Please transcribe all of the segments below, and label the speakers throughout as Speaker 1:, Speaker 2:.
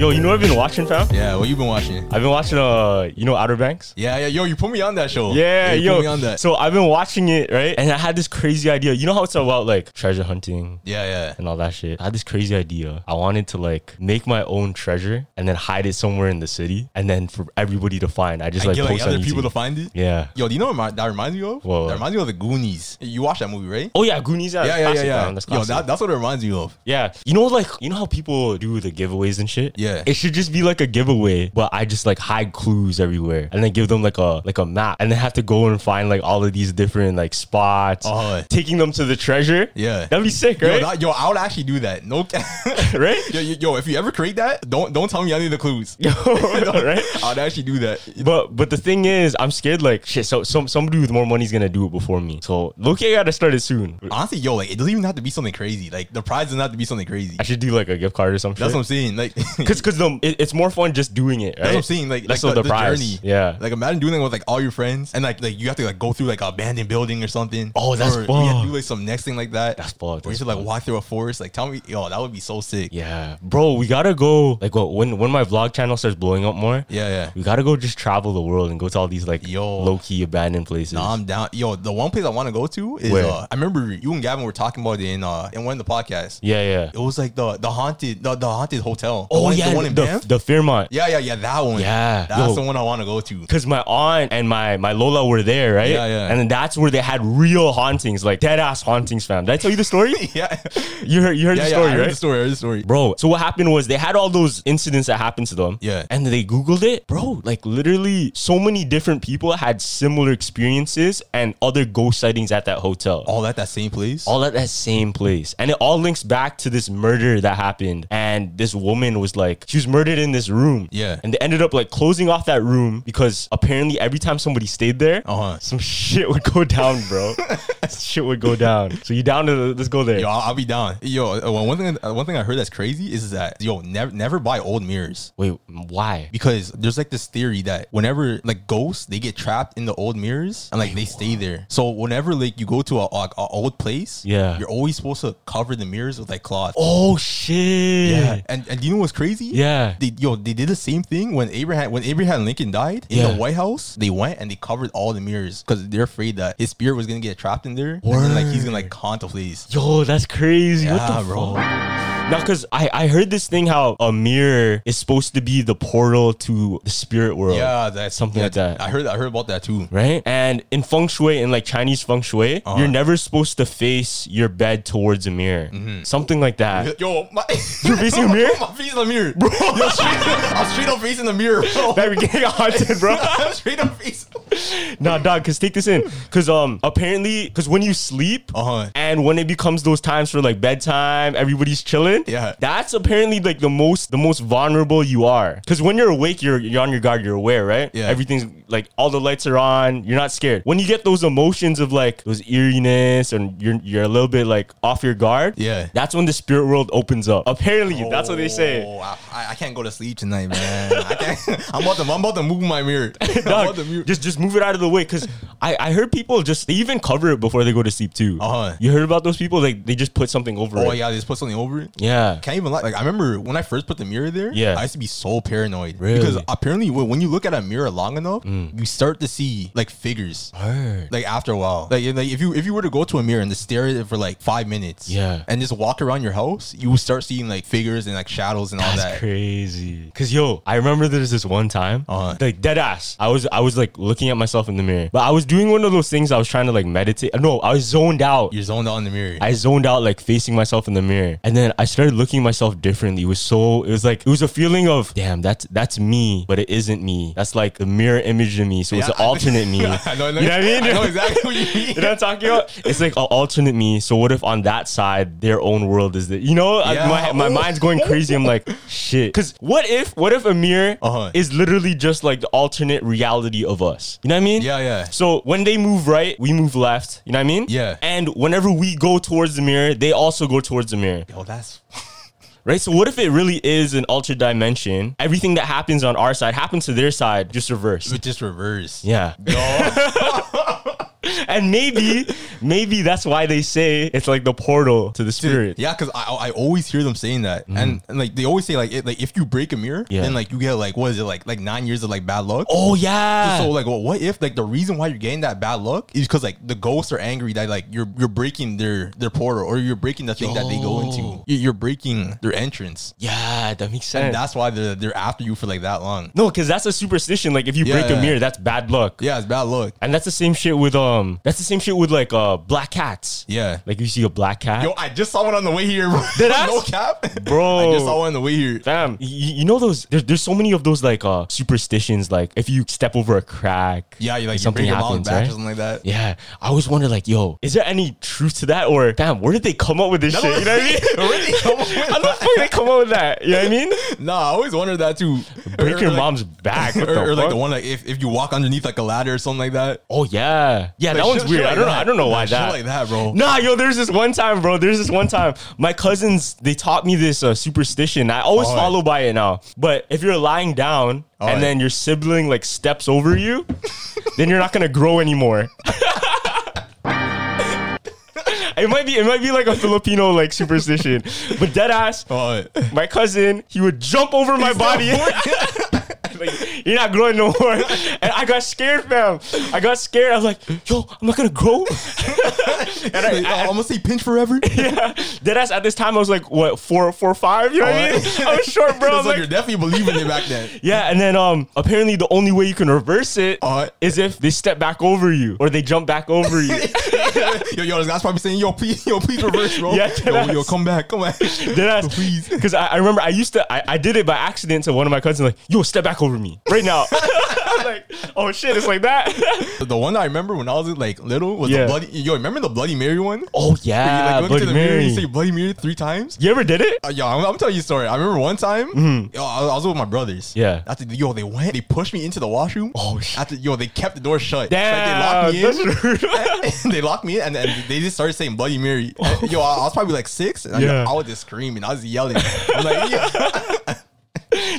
Speaker 1: Yo, you know what I've been watching, fam?
Speaker 2: Yeah, well, you've been watching.
Speaker 1: I've been watching, uh, you know, Outer Banks.
Speaker 2: Yeah, yeah, yo, you put me on that show.
Speaker 1: Yeah,
Speaker 2: you
Speaker 1: yo.
Speaker 2: put me on that.
Speaker 1: So I've been watching it, right? And I had this crazy idea. You know how it's about like treasure hunting
Speaker 2: yeah, yeah.
Speaker 1: and all that shit? I had this crazy idea. I wanted to like make my own treasure and then hide it somewhere in the city and then for everybody to find. I just
Speaker 2: And
Speaker 1: like
Speaker 2: get like
Speaker 1: post
Speaker 2: other
Speaker 1: on
Speaker 2: people
Speaker 1: YouTube.
Speaker 2: to find it.
Speaker 1: Yeah.
Speaker 2: Yo, do you know what my- that reminds me of?
Speaker 1: What?
Speaker 2: That reminds me of the Goonies. You watched that movie, right?
Speaker 1: Oh yeah, Goonies. Yeah,
Speaker 2: yeah, yeah, yeah,
Speaker 1: classic,
Speaker 2: yeah.
Speaker 1: man. That's
Speaker 2: yo,
Speaker 1: classic.
Speaker 2: that, that's what it reminds me of.
Speaker 1: yeah, you know, like you know how people do the giveaways and shit.
Speaker 2: Yeah.
Speaker 1: it should just be like a giveaway, but I just like hide clues everywhere and then give them like a like a map, and then have to go and find like all of these different like spots,
Speaker 2: Oh.
Speaker 1: taking them to the treasure.
Speaker 2: Yeah.
Speaker 1: that'd be sick,
Speaker 2: Yo,
Speaker 1: right?
Speaker 2: that, yo, I would actually do that. No,
Speaker 1: Right?
Speaker 2: Yo, yo, yo, if you ever create that, don't don't tell me any of the clues.
Speaker 1: Yo, right?
Speaker 2: I'd actually do that.
Speaker 1: But but the thing is, I'm scared. Like shit. So some somebody with more money is gonna do it before me. So look, I gotta start it soon.
Speaker 2: Honestly, yo, like it doesn't even have to be something crazy. Like the prize doesn't have to be something crazy.
Speaker 1: I should do like a gift card or something.
Speaker 2: That's what I'm saying. Like
Speaker 1: Cause, cause the, it- it's more fun just doing it. Right?
Speaker 2: That's what I'm saying. Like,
Speaker 1: that's
Speaker 2: like
Speaker 1: the, prize. Yeah.
Speaker 2: Like imagine doing that with like all your friends, and like like you have to like go through like an abandoned building or something.
Speaker 1: Oh, that's
Speaker 2: or You have
Speaker 1: fucked.
Speaker 2: to do like some next thing like that.
Speaker 1: That's fucked,
Speaker 2: Or you
Speaker 1: that's
Speaker 2: should like
Speaker 1: fucked.
Speaker 2: walk through a forest. Like tell me, yo, that would be so sick.
Speaker 1: yeah, bro, we gotta go. Like, well, when when my vlog channel starts blowing up more,
Speaker 2: Yeah, yeah.
Speaker 1: we gotta go just travel the world and go to all these like
Speaker 2: Yo.
Speaker 1: low key abandoned places.
Speaker 2: No, I'm down. Yo, the one place I want to go to is
Speaker 1: Where?
Speaker 2: uh I remember you and Gavin were talking about it in uh in one of the podcasts.
Speaker 1: yeah, yeah.
Speaker 2: It was like the the haunted the, the haunted hotel. The
Speaker 1: oh
Speaker 2: one-
Speaker 1: yeah,
Speaker 2: the one in
Speaker 1: the,
Speaker 2: Banff?
Speaker 1: the Fairmont.
Speaker 2: yeah, yeah, yeah, that one.
Speaker 1: Yeah,
Speaker 2: That's
Speaker 1: yo.
Speaker 2: the one I want to go to.
Speaker 1: Cause my aunt and my my Lola were there, right?
Speaker 2: Yeah, yeah.
Speaker 1: And then that's where they had real hauntings, like dead ass hauntings, fam. Did I tell you the story?
Speaker 2: Yeah.
Speaker 1: You heard you heard
Speaker 2: yeah,
Speaker 1: the
Speaker 2: yeah,
Speaker 1: story,
Speaker 2: I heard
Speaker 1: right?
Speaker 2: the story, I heard the story.
Speaker 1: Bro, so what happened was they had all those incidents that happened to them.
Speaker 2: Yeah.
Speaker 1: And they Googled it. Bro, like literally so many different people had similar experiences and other ghost sightings at that hotel.
Speaker 2: All at that same place.
Speaker 1: all at that same place. And it all links back to this murder that happened. And this woman was like, she was murdered in this room.
Speaker 2: Yeah.
Speaker 1: And they ended up like closing off that room because apparently every time somebody stayed there,
Speaker 2: Uh-huh.
Speaker 1: some shit would go down, bro. shit would go down. So you down to the, let's go there.
Speaker 2: Yo, I'll, I'll be down. Yo, uh, one thing, uh, one thing I heard that's crazy is that yo, never, never buy old mirrors
Speaker 1: Wait, why?
Speaker 2: because there's like this theory that whenever like ghosts, they get trapped in the old mirrors and like they stay there. So whenever like you go to a, a, a old place,
Speaker 1: Yeah.
Speaker 2: you're always supposed to cover the mirrors with like cloth.
Speaker 1: Oh shit.
Speaker 2: Yeah, and and you know what's crazy?
Speaker 1: Yeah.
Speaker 2: they, yo, they did the same thing when Abraham when Abraham Lincoln died in
Speaker 1: Yeah.
Speaker 2: the White House. They went and they covered all the mirrors because they're afraid that his spirit was gonna get trapped in there, and then, like he's gonna like haunt the place.
Speaker 1: Yo, that's crazy. what
Speaker 2: Yeah,
Speaker 1: the
Speaker 2: bro.
Speaker 1: fuck? Now, because I, I heard this thing how a mirror is supposed to be the portal to the spirit world.
Speaker 2: Yeah, that's
Speaker 1: something like Oh.
Speaker 2: that's-
Speaker 1: that.
Speaker 2: I heard I heard about that too.
Speaker 1: right? And in feng shui, in like Chinese feng shui,
Speaker 2: Uh-huh.
Speaker 1: you're never supposed to face your bed towards a mirror.
Speaker 2: Mm-hmm.
Speaker 1: Something like that.
Speaker 2: Yo, my
Speaker 1: You're facing a mirror?
Speaker 2: my face in the mirror, bro. Yo, straight, I'm straight up facing the mirror, bro.
Speaker 1: That we're getting haunted, bro.
Speaker 2: I'm straight up facing.
Speaker 1: nah, dog. Cause take this in. Cause um, apparently, cause when you sleep,
Speaker 2: Uh-huh.
Speaker 1: and when it becomes those times for like bedtime, everybody's chilling.
Speaker 2: Yeah.
Speaker 1: that's apparently like the most the most vulnerable you are. Cause when you're awake, you're you're on your guard, you're aware, right?
Speaker 2: Yeah.
Speaker 1: everything's like all the lights are on. You're not scared. When you get those emotions of like those eeriness, and you're you're a little bit like off your guard.
Speaker 2: Yeah.
Speaker 1: that's when the spirit world opens up. Apparently, that's what they say.
Speaker 2: Oh, I, I I can't go to sleep tonight, man. I can't, I'm about to I'm about to move my mirror. I'm about
Speaker 1: Dog,
Speaker 2: to move-
Speaker 1: just just move it out of the way because I, I heard people just they even cover it before they go to sleep too.
Speaker 2: Uh-huh.
Speaker 1: You heard about those people? Like they just put something over
Speaker 2: oh
Speaker 1: it.
Speaker 2: yeah, they just put something over it.
Speaker 1: Yeah.
Speaker 2: Can't even lie. Like I remember when I first put the mirror there.
Speaker 1: Yeah.
Speaker 2: I used to be so paranoid
Speaker 1: Really? Mm.
Speaker 2: because apparently when, when you look at a mirror long enough, you start to see like figures. Like after a while, like, if- like if you if you were to go to a mirror and just stare at it for like five minutes,
Speaker 1: Yeah.
Speaker 2: and just walk around your house, you will start seeing like figures and like shadows and all
Speaker 1: That's
Speaker 2: that.
Speaker 1: crazy. Cause yo, I remember there's this one time,
Speaker 2: Uh-huh.
Speaker 1: like dead ass. I was I was like looking looking at myself in the mirror. But I was doing one of those things. I was trying to like meditate. No, I was zoned out.
Speaker 2: You're zoned out in the mirror.
Speaker 1: I zoned out like facing myself in the mirror. And then I started looking myself differently. It was so it was like it was a feeling of damn, that's that's me, but it isn't me. That's like the mirror image of me. So it's
Speaker 2: Yeah,
Speaker 1: an alternate me.
Speaker 2: I know, I know-
Speaker 1: you know what I mean?
Speaker 2: I know exactly what you
Speaker 1: You
Speaker 2: mean.
Speaker 1: know what I'm talking about? It's like an alternate me. So what if on that side their own world is the you know I-
Speaker 2: Yeah.
Speaker 1: my, my mind's going crazy. I'm like shit. Cause what if what if a mirror
Speaker 2: Uh-huh.
Speaker 1: is literally just like the alternate reality of us? You know what I mean?
Speaker 2: Yeah, yeah.
Speaker 1: So when they move right, we move left. You know what I mean?
Speaker 2: Yeah.
Speaker 1: And whenever we go towards the mirror, they also go towards the mirror.
Speaker 2: Yo, that's
Speaker 1: Right? So what if it really is an altered dimension? Everything that happens on our side happens to their side, just reversed.
Speaker 2: it's just reverse.
Speaker 1: Yeah. and maybe, maybe that's why they say it's like the portal to the spirit.
Speaker 2: Yeah, because I, I always hear them saying that, and, and like they always say like it, like if you break a mirror,
Speaker 1: Mm-hmm. Yeah.
Speaker 2: then like you get like what is it like like nine years of like bad luck.
Speaker 1: Oh yeah.
Speaker 2: So like, well, what if like the reason why you're getting that bad luck is because like the ghosts are angry that like you're you're breaking their their portal or you're breaking the thing that they go into. You- You're breaking their entrance,
Speaker 1: yeah, that makes
Speaker 2: and
Speaker 1: sense.
Speaker 2: that's why they're they're after you for like that long.
Speaker 1: no, because that's a superstition. Like if you break a
Speaker 2: Yeah.
Speaker 1: mirror, that's bad luck.
Speaker 2: Yeah, it's bad luck.
Speaker 1: And that's the same shit with um. That's the same shit with like uh black cats.
Speaker 2: Yeah.
Speaker 1: Like you see a black cat.
Speaker 2: Yo, I just saw one on the way here. Bro.
Speaker 1: Did I?
Speaker 2: no cap,
Speaker 1: Bro.
Speaker 2: I just saw one on the way here.
Speaker 1: Fam, you, you know those? There's, there's so many of those like uh superstitions. Like if you step over a crack,
Speaker 2: Yeah, you like you
Speaker 1: something
Speaker 2: bring your mom
Speaker 1: happens,
Speaker 2: back or
Speaker 1: right?
Speaker 2: something like that.
Speaker 1: Yeah, I always wonder like, yo, is there any truth to that? Or damn, where did they come up with this shit? You know what I mean?
Speaker 2: Where did they come up with
Speaker 1: How the fuck did they come up with that? You know what I mean?
Speaker 2: Nah, I always wondered that too.
Speaker 1: Break
Speaker 2: Or,
Speaker 1: your
Speaker 2: like-
Speaker 1: mom's back.
Speaker 2: Or,
Speaker 1: What the
Speaker 2: or, like
Speaker 1: fuck?
Speaker 2: the one like if, if you walk underneath like a ladder or something like that.
Speaker 1: Oh yeah, yeah, that
Speaker 2: Like,
Speaker 1: one's
Speaker 2: shit-
Speaker 1: weird.
Speaker 2: shit
Speaker 1: I don't know.
Speaker 2: like
Speaker 1: I don't know
Speaker 2: that.
Speaker 1: why
Speaker 2: Like, shit
Speaker 1: that.
Speaker 2: like that, bro.
Speaker 1: Nah, yo, there's this one time, bro. There's this one time. My cousins they taught me this uh, superstition. I always
Speaker 2: Alright.
Speaker 1: follow by it now. But if you're lying down
Speaker 2: Alright.
Speaker 1: and then your sibling like steps over you, then you're not gonna grow anymore. It might be it might be like a Filipino like superstition, but dead ass.
Speaker 2: Oh,
Speaker 1: My cousin, he would jump over my body. like, you're not growing no more. And I got scared, fam. I got scared. I was like, yo, I'm not gonna grow.
Speaker 2: and I, I, almost say pinch forever.
Speaker 1: yeah. Deadass at this time I was like, what, four four five? You know what
Speaker 2: Oh,
Speaker 1: I mean? I was short, bro. I was
Speaker 2: so
Speaker 1: like,
Speaker 2: you're definitely believing it back then.
Speaker 1: yeah, and then um apparently the only way you can reverse it is
Speaker 2: Alright.
Speaker 1: if they step back over you or they jump back over you.
Speaker 2: yo, yo, this guy's probably saying, yo, please, yo, please reverse, bro.
Speaker 1: Yeah,
Speaker 2: yo,
Speaker 1: that's-
Speaker 2: yo, come back, come back.
Speaker 1: Deadass.
Speaker 2: Please.
Speaker 1: Because I, I remember I used to, I, I did it by accident to one of my cousins, like, yo, step back over me right now. I was like, oh shit, it's like that.
Speaker 2: The one that I remember when I was like little was
Speaker 1: Yeah.
Speaker 2: the bloody. Yo, remember the Bloody Mary one?
Speaker 1: oh
Speaker 2: Where you,
Speaker 1: yeah,
Speaker 2: like, look
Speaker 1: Bloody
Speaker 2: into the mirror,
Speaker 1: Mary.
Speaker 2: you say Bloody Mary three times.
Speaker 1: you ever did it?
Speaker 2: Uh, yo, I'm, I'm telling you a story. I remember one time, yo, I, was- I was with my brothers.
Speaker 1: Mm-hmm. Yeah.
Speaker 2: After, yo, they went, they pushed me into the washroom.
Speaker 1: Oh, shit.
Speaker 2: After, yo, they kept the door shut.
Speaker 1: Damn,
Speaker 2: Like, they locked me in.
Speaker 1: that's rude.
Speaker 2: and they locked me in, and, and they just started saying Bloody Mary. And, yo, I, I was probably like six, and
Speaker 1: Oh. Yeah.
Speaker 2: I, I was just screaming. I was yelling. I was like, yeah. That's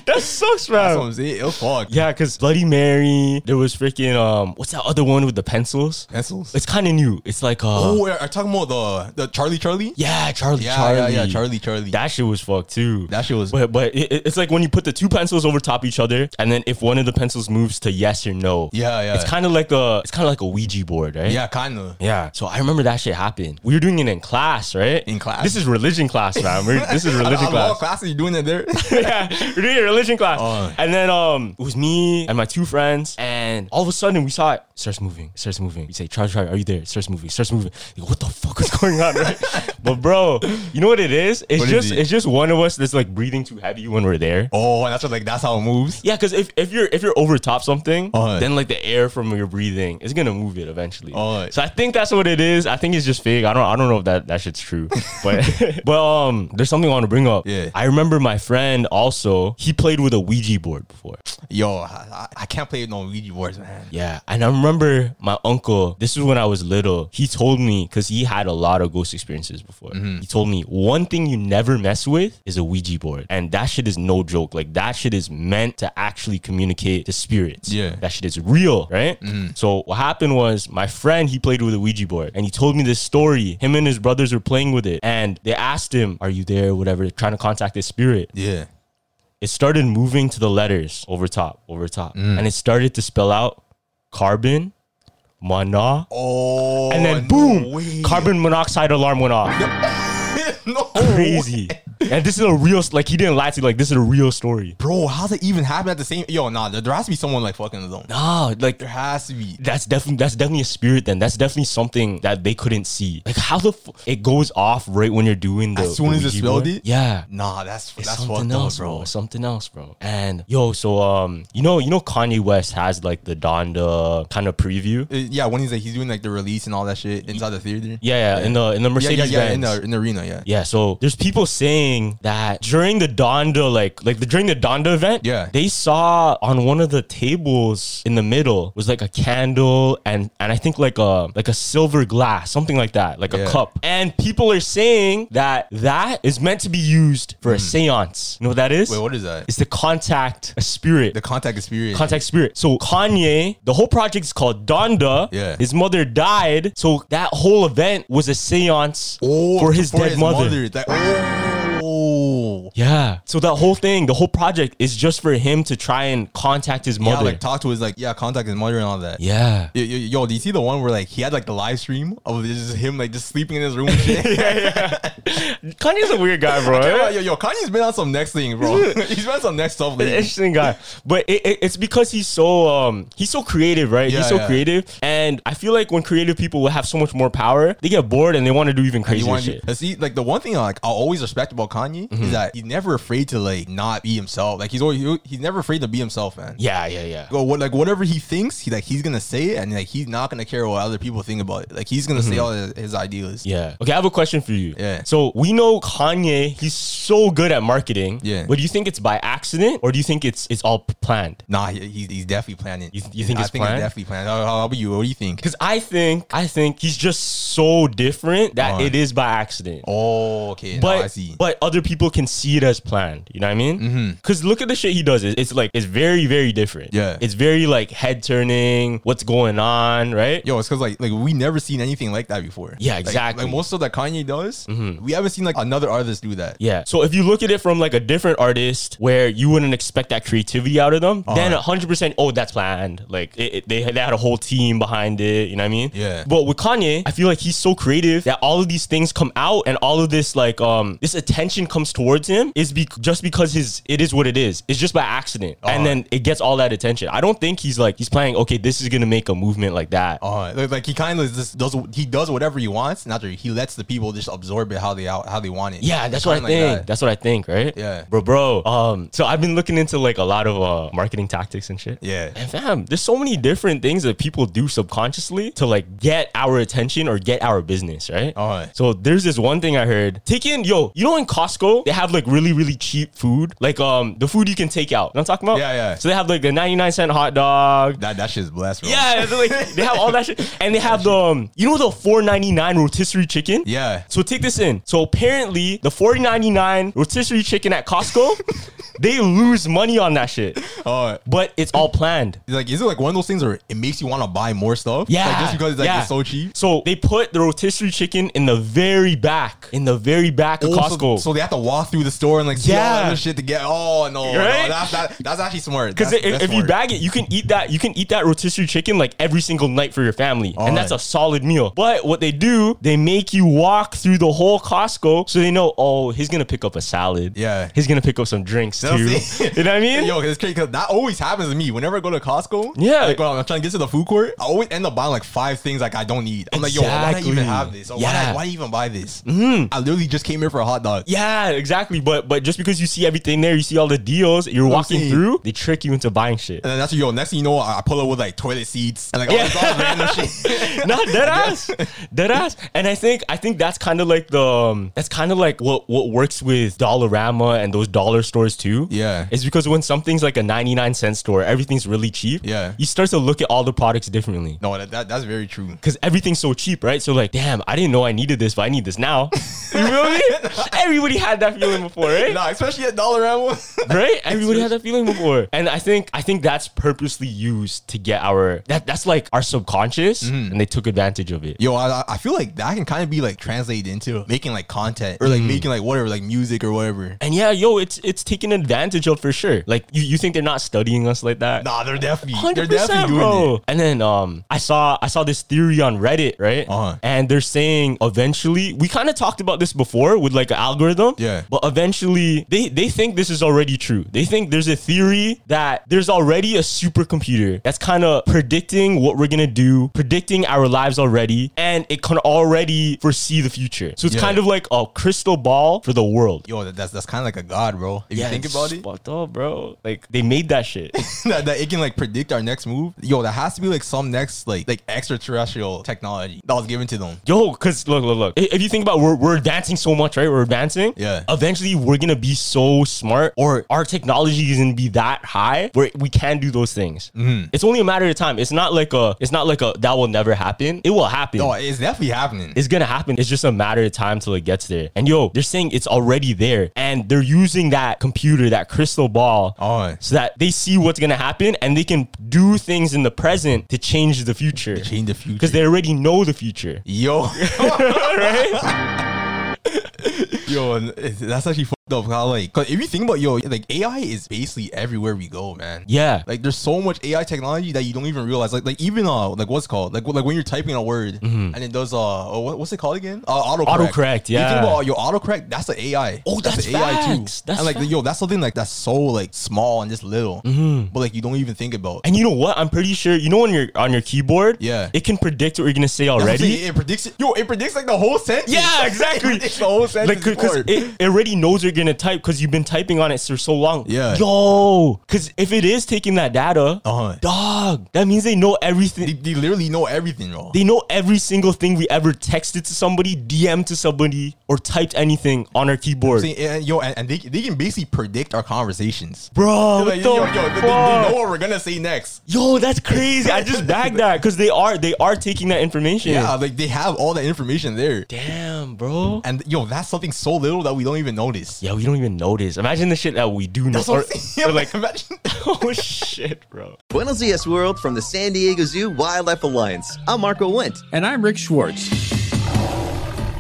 Speaker 1: that sucks,
Speaker 2: what
Speaker 1: man.
Speaker 2: I'm saying. It was fog.
Speaker 1: Yeah, cause Bloody Mary. There was freaking um, what's that other one with the pencils?
Speaker 2: Pencils.
Speaker 1: It's kind of new. It's like uh,
Speaker 2: oh, are are you talking about the the Charlie Charlie?
Speaker 1: yeah, Charlie,
Speaker 2: yeah,
Speaker 1: Charlie,
Speaker 2: yeah, yeah, Charlie Charlie.
Speaker 1: That shit was fucked too.
Speaker 2: That shit was-
Speaker 1: But but it, it- it's like when you put the two pencils over top each other, and then if one of the pencils moves to yes or no,
Speaker 2: Yeah, yeah.
Speaker 1: it's kind of like a it's kind of like a Ouija board, right?
Speaker 2: yeah, kind of.
Speaker 1: Yeah. So I remember that shit happened. We were doing it in class, right?
Speaker 2: In class?
Speaker 1: This is religion class, man. We're, this is religion
Speaker 2: All
Speaker 1: class.
Speaker 2: classes you doing it there?
Speaker 1: yeah, we're doing a religion class.
Speaker 2: Oh.
Speaker 1: And then um, it was me and my two friends, and all of a sudden we saw it starts moving, it starts moving. We say, Charlie, Charlie, are you there? It starts moving, it starts moving. Like, what the fuck is going on, right? but bro, you know what it is? It's
Speaker 2: What is
Speaker 1: just
Speaker 2: it?
Speaker 1: it's just one of us that's like breathing too heavy when we're there.
Speaker 2: oh, and that's what, like that's how it moves.
Speaker 1: Yeah, because if, if you're if you're over top something,
Speaker 2: Oh.
Speaker 1: then like the air from your breathing is gonna move it eventually.
Speaker 2: Oh.
Speaker 1: So I think that's what it is. I think it's just fake. I don't I don't know if that, that shit's true. But but um there's something I want to bring up.
Speaker 2: Yeah.
Speaker 1: I remember my friend also, he played with a Ouija board before.
Speaker 2: Yo, I, I- I can't play no Ouija boards, man.
Speaker 1: Yeah. And I remember my uncle, this is when I was little, he told me, because he had a lot of ghost experiences before. He told me one thing you never mess with is a Ouija board. And that shit is no joke. Like that shit is meant to actually communicate to spirits.
Speaker 2: Yeah.
Speaker 1: That shit is real, right? So what happened was my friend, he played with a Ouija board and he told me this story. Him and his brothers were playing with it. And they asked him, Are you there? Whatever, trying to contact this spirit
Speaker 2: Yeah.
Speaker 1: it started moving to the letters over top, over top. And it started to spell out carbon, mana.
Speaker 2: Oh,
Speaker 1: and then
Speaker 2: no
Speaker 1: boom,
Speaker 2: way.
Speaker 1: carbon monoxide alarm went off.
Speaker 2: no.
Speaker 1: Crazy. and this is a real like he didn't lie to you. Like this is a real story.
Speaker 2: Bro, how's that even happen at the same? Yo, nah, there, there has to be someone like fucking alone.
Speaker 1: Ah, like
Speaker 2: There has to be.
Speaker 1: that's definitely that's definitely a spirit. Then that's definitely something that they couldn't see. Like how the f- it goes off right when you're doing the
Speaker 2: As soon
Speaker 1: the
Speaker 2: as it
Speaker 1: Ouija
Speaker 2: smelled
Speaker 1: board.
Speaker 2: it?
Speaker 1: Yeah,
Speaker 2: Nah, that's
Speaker 1: It's
Speaker 2: that's
Speaker 1: something
Speaker 2: fucked
Speaker 1: else,
Speaker 2: up,
Speaker 1: bro.
Speaker 2: bro.
Speaker 1: It's something else, bro. And yo, so um, you know, you know, Kanye West has like the Donda kind of preview.
Speaker 2: Uh, Yeah, when he's like he's doing like the release and all that shit inside the theater.
Speaker 1: Yeah, yeah, in the in the
Speaker 2: yeah,
Speaker 1: Mercedes
Speaker 2: yeah, yeah, in
Speaker 1: Benz.
Speaker 2: the in the arena. Yeah,
Speaker 1: Yeah, so there's people saying that during the Donda, like like the, during the Donda event,
Speaker 2: Yeah.
Speaker 1: they saw on one of the tables in the middle was like a candle and and I think like a like a silver glass, something like that, like a
Speaker 2: Yeah.
Speaker 1: cup. And people are saying that that is meant to be used for a séance. You know what that is?
Speaker 2: Hmm. Wait, what is that?
Speaker 1: It's to contact a spirit.
Speaker 2: the contact experience.
Speaker 1: Contact Spirit. So Kanye, the whole project is called Donda.
Speaker 2: Yeah.
Speaker 1: His mother died. So that whole event was a seance
Speaker 2: oh,
Speaker 1: for his dead mother.
Speaker 2: That- oh,
Speaker 1: Yeah. So that whole thing, the whole project is just for him to try and contact his
Speaker 2: yeah,
Speaker 1: mother.
Speaker 2: like talk to his like yeah, contact his mother and all that.
Speaker 1: yeah.
Speaker 2: Yo, yo, yo, do you see the one where like he had like the live stream of just him like just sleeping in his room? And shit?
Speaker 1: Kanye's a weird guy, bro.
Speaker 2: yo, yo, yo, Kanye's been on some next thing, bro. he's been on some next stuff
Speaker 1: An
Speaker 2: lately.
Speaker 1: interesting guy, but it, it- it's because he's so um he's so creative, right?
Speaker 2: Yeah,
Speaker 1: he's so
Speaker 2: yeah.
Speaker 1: creative, and I feel like when creative people will have so much more power, they get bored and they want to do even
Speaker 2: You
Speaker 1: crazier
Speaker 2: wanna
Speaker 1: shit. Mm-hmm.
Speaker 2: do- see, like the one thing like I always respect about Kanye is that he's never afraid to like not be himself. Like he's always he- he's never afraid to be himself, man.
Speaker 1: yeah, yeah, yeah.
Speaker 2: Go what like whatever he thinks, he like he's gonna say it, and like he's not gonna care what other people think about it. Like he's gonna say all his, his ideas.
Speaker 1: Mm-hmm. Yeah. Okay, I have a question for you.
Speaker 2: Yeah.
Speaker 1: So we know Kanye, he's so good at marketing.
Speaker 2: Yeah.
Speaker 1: But do you think it's by accident or do you think it's it's all p- planned?
Speaker 2: Nah, he, he's, he's definitely planning.
Speaker 1: You- you think
Speaker 2: I
Speaker 1: it's
Speaker 2: think
Speaker 1: planned?
Speaker 2: definitely planning. How, how about you? What do you think?
Speaker 1: Because I think I think he's just so different that
Speaker 2: Alright.
Speaker 1: it is by accident.
Speaker 2: Oh, okay. But,
Speaker 1: But
Speaker 2: I see. Mm-hmm.
Speaker 1: but other people can see it as planned. You know what I mean? Because look at the shit he does. It- It's like it's very very different.
Speaker 2: Yeah.
Speaker 1: It's very like head turning. What's going on? Right?
Speaker 2: Yo, it's because like like we never seen anything like that before.
Speaker 1: Yeah,
Speaker 2: Like-
Speaker 1: exactly. Mm-hmm.
Speaker 2: Like, most of that Kanye does, we haven't seen like another artist do that.
Speaker 1: Yeah. So if you look at it from like a different artist where you wouldn't expect that creativity out of them, then
Speaker 2: Uh-huh.
Speaker 1: 100% oh that's planned. Like it, it- they, had- they had a whole team behind it, you know what I mean?
Speaker 2: Yeah.
Speaker 1: But with Kanye, I feel like he's so creative that all of these things come out and all of this like um this attention comes towards him is be- just because his it is what it is. It's just by accident.
Speaker 2: Uh-huh.
Speaker 1: And then it gets all that attention. I don't think he's like he's playing okay, this is going to make a movement like that.
Speaker 2: Uh, like, like he kind of just does he does whatever he wants, and after he lets the people just absorb it how they how they want it.
Speaker 1: Yeah, that's what I
Speaker 2: Kinda like
Speaker 1: think.
Speaker 2: that.
Speaker 1: that's what I think, right?
Speaker 2: Yeah.
Speaker 1: Bro, bro. Um, so I've been looking into like a lot of uh marketing tactics and shit.
Speaker 2: Yeah.
Speaker 1: And fam, there's so many different things that people do subconsciously to like get our attention or get our business, right?
Speaker 2: Alright.
Speaker 1: So there's this one thing I heard. Take in, yo, you know in Costco, they have like really, really cheap food. Like um the food you can take out. You know what I'm talking about?
Speaker 2: Yeah, yeah. Oh.
Speaker 1: So they have like the 99 cent hot dog,
Speaker 2: That that shit's blessed, bro.
Speaker 1: yeah, they're like they have all that shit, and they have the um, you know the four ninety nine rotisserie chicken.
Speaker 2: Yeah.
Speaker 1: So take this in. So apparently the four ninety nine rotisserie chicken at Costco, they lose money on that shit,
Speaker 2: Uh,
Speaker 1: but it's all planned.
Speaker 2: it's like, is it like one of those things where it makes you want to buy more stuff?
Speaker 1: Yeah,
Speaker 2: Like, just because like,
Speaker 1: yeah.
Speaker 2: it's so cheap.
Speaker 1: So they put the rotisserie chicken in the very back, in the very back of
Speaker 2: Oh, so-
Speaker 1: Costco.
Speaker 2: So, they have to walk through the store and like see all that
Speaker 1: Yeah.
Speaker 2: other shit to get. Oh no, no,
Speaker 1: Right?
Speaker 2: that's that, that's actually smart.
Speaker 1: Because
Speaker 2: That's-
Speaker 1: if,
Speaker 2: that's
Speaker 1: if you
Speaker 2: smart.
Speaker 1: bag it, you can eat that. You can eat that rotisserie chicken like every single night for your family, and that's a
Speaker 2: Alright.
Speaker 1: solid meal. But what they do, they make you walk through the whole Costco, so they know, oh, he's gonna pick up a salad.
Speaker 2: Yeah.
Speaker 1: he's gonna pick up some drinks
Speaker 2: That's
Speaker 1: too.
Speaker 2: it.
Speaker 1: you know what I mean?
Speaker 2: Yo, it's crazy because that always happens to me. Whenever I go to Costco,
Speaker 1: Yeah.
Speaker 2: like when I'm trying to get to the food court, I always end up buying like five things like I don't need. I'm like, yo, why did I even
Speaker 1: Exactly.
Speaker 2: have this? Or why, did I,
Speaker 1: Yeah. Mm-hmm.
Speaker 2: why did I even buy this? I literally just came here for a hot dog.
Speaker 1: yeah, exactly. But but just because you see everything there, you see all the deals, you're walking
Speaker 2: saying.
Speaker 1: through, they trick you into buying shit.
Speaker 2: And then that's yo. Next thing you know, I I pull up with like toilet seats and like all
Speaker 1: Yeah.
Speaker 2: this all random shit.
Speaker 1: Not dead ass, dead ass, and I think I think that's kind of like the um, that's kind of like what what works with Dollarama and those dollar stores too.
Speaker 2: Yeah.
Speaker 1: it's because when something's like a ninety nine cent store, everything's really cheap.
Speaker 2: Yeah.
Speaker 1: you start to look at all the products differently
Speaker 2: no, that, that that's very true.
Speaker 1: because everything's so cheap, right? So like, damn, I didn't know I needed this, but I need this now. You feel me? Everybody had that feeling feeling before, right?
Speaker 2: Nah, especially at Dollarama.
Speaker 1: right? Everybody had that feeling before, and I think I think that's purposely used to get our that that's like our subconscious, and they took advantage of it.
Speaker 2: Yo, I, I feel like that can kind of be like translated into making like content or
Speaker 1: Mm-hmm.
Speaker 2: like making like whatever, like music or whatever.
Speaker 1: And yeah, yo, it's it's taken advantage of for sure. Like you, you think they're not studying us like that?
Speaker 2: Nah, they're definitely, they're
Speaker 1: 100
Speaker 2: definitely
Speaker 1: percent,
Speaker 2: doing
Speaker 1: bro.
Speaker 2: it.
Speaker 1: And then um, I saw I saw this theory on Reddit, right?
Speaker 2: Uh-huh.
Speaker 1: And they're saying eventually we kind of talked about this before with like an algorithm.
Speaker 2: Yeah.
Speaker 1: But eventually they they think this is already true. They think there's a theory that there's already a supercomputer that's kind of predicting what we're gonna do, predicting our lives already, and it can already foresee the future. So it's
Speaker 2: Yeah.
Speaker 1: kind of like a crystal ball for the world.
Speaker 2: Yo, that, that's that's kind of like a god, bro. If you think
Speaker 1: it's
Speaker 2: about it,
Speaker 1: fucked up, bro. Like they made that shit.
Speaker 2: that, that it can like predict our next move. Yo, that has to be like some next like like extraterrestrial technology that was given to them.
Speaker 1: Yo, cause look, look, look. If if you think about, we're we're advancing so much, right? We're advancing.
Speaker 2: Yeah.
Speaker 1: Eventually, we're gonna be so smart, or our technology is gonna be that high where we can do those things.
Speaker 2: Mm-hmm.
Speaker 1: It's only a matter of time. It's not like a. It's not like a that will never happen. It will happen.
Speaker 2: No, it's definitely happening.
Speaker 1: it's gonna happen. It's just a matter of time till it gets there. And yo, they're saying it's already there, and they're using that computer, that crystal ball,
Speaker 2: Oh.
Speaker 1: so that they see what's gonna happen and they can do things in the present to change the future.
Speaker 2: change the future.
Speaker 1: Because they already know the future.
Speaker 2: Yo,
Speaker 1: right?
Speaker 2: yo, and it's- that's actually fucked up. How like, 'cause if you think about yo, like AI is basically everywhere we go, man.
Speaker 1: Yeah.
Speaker 2: Like there's so much AI technology that you don't even realize. Like like even uh like what's it called like like when you're typing a word and it does uh oh, what, what's it called again? Uh, autocorrect.
Speaker 1: Mm-hmm. Autocorrect,
Speaker 2: You
Speaker 1: yeah.
Speaker 2: think about uh, your autocorrect. That's an AI.
Speaker 1: Oh, that's
Speaker 2: a
Speaker 1: facts. That's
Speaker 2: and like yo, that's something like that's so like small and just little, but like you don't even think about.
Speaker 1: Mm-hmm. And you know what? I'm pretty sure you know on your on your keyboard,
Speaker 2: Yeah.
Speaker 1: it can predict what you're gonna say
Speaker 2: That's what I'm
Speaker 1: already.
Speaker 2: saying, It predicts it. Yo, it predicts like the whole sentence.
Speaker 1: yeah,
Speaker 2: it
Speaker 1: exactly.
Speaker 2: predicts the whole
Speaker 1: Like,
Speaker 2: sentence.
Speaker 1: because
Speaker 2: for-
Speaker 1: it, it already knows you're gonna type because you've been typing on it for so long.
Speaker 2: Yeah.
Speaker 1: yo, because if it is taking that data,
Speaker 2: Uh-huh.
Speaker 1: dog, that means they know
Speaker 2: they,
Speaker 1: everything.
Speaker 2: they literally know everything, bro.
Speaker 1: They know every single thing we ever texted to somebody, DM to somebody, or typed anything on our keyboard,
Speaker 2: See, and, yo, and, and they, they can basically predict our conversations.
Speaker 1: bro.
Speaker 2: Like,
Speaker 1: What
Speaker 2: yo,
Speaker 1: the
Speaker 2: yo, they- they, they
Speaker 1: fuck?
Speaker 2: know what we're gonna say next.
Speaker 1: Yo, that's crazy. I just bagged that because they are they are taking that information.
Speaker 2: Yeah, like they have all that information there.
Speaker 1: Damn, bro.
Speaker 2: And yo, that's something so little that we don't even notice.
Speaker 1: Yeah, we don't even notice. Imagine the shit that we do know.
Speaker 2: That's what
Speaker 1: Or,
Speaker 2: I'm saying.
Speaker 1: or like,
Speaker 2: imagine.
Speaker 1: oh shit, bro.
Speaker 3: Buenos Dias World from the San Diego Zoo Wildlife Alliance. I'm Marco Wendt.
Speaker 4: And I'm Rick Schwartz.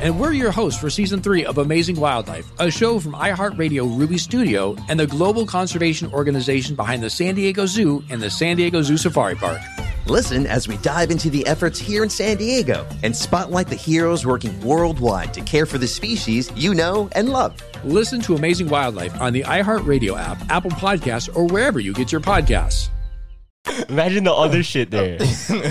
Speaker 4: And we're your hosts for season three of Amazing Wildlife, a show from iHeartRadio Ruby Studio and the global conservation organization behind the San Diego Zoo and the San Diego Zoo Safari Park.
Speaker 3: Listen as we dive into the efforts here in San Diego and spotlight the heroes working worldwide to care for the species you know and love.
Speaker 4: Listen to Amazing Wildlife on the iHeartRadio app, Apple Podcasts, or wherever you get your podcasts.
Speaker 1: Imagine the other shit there.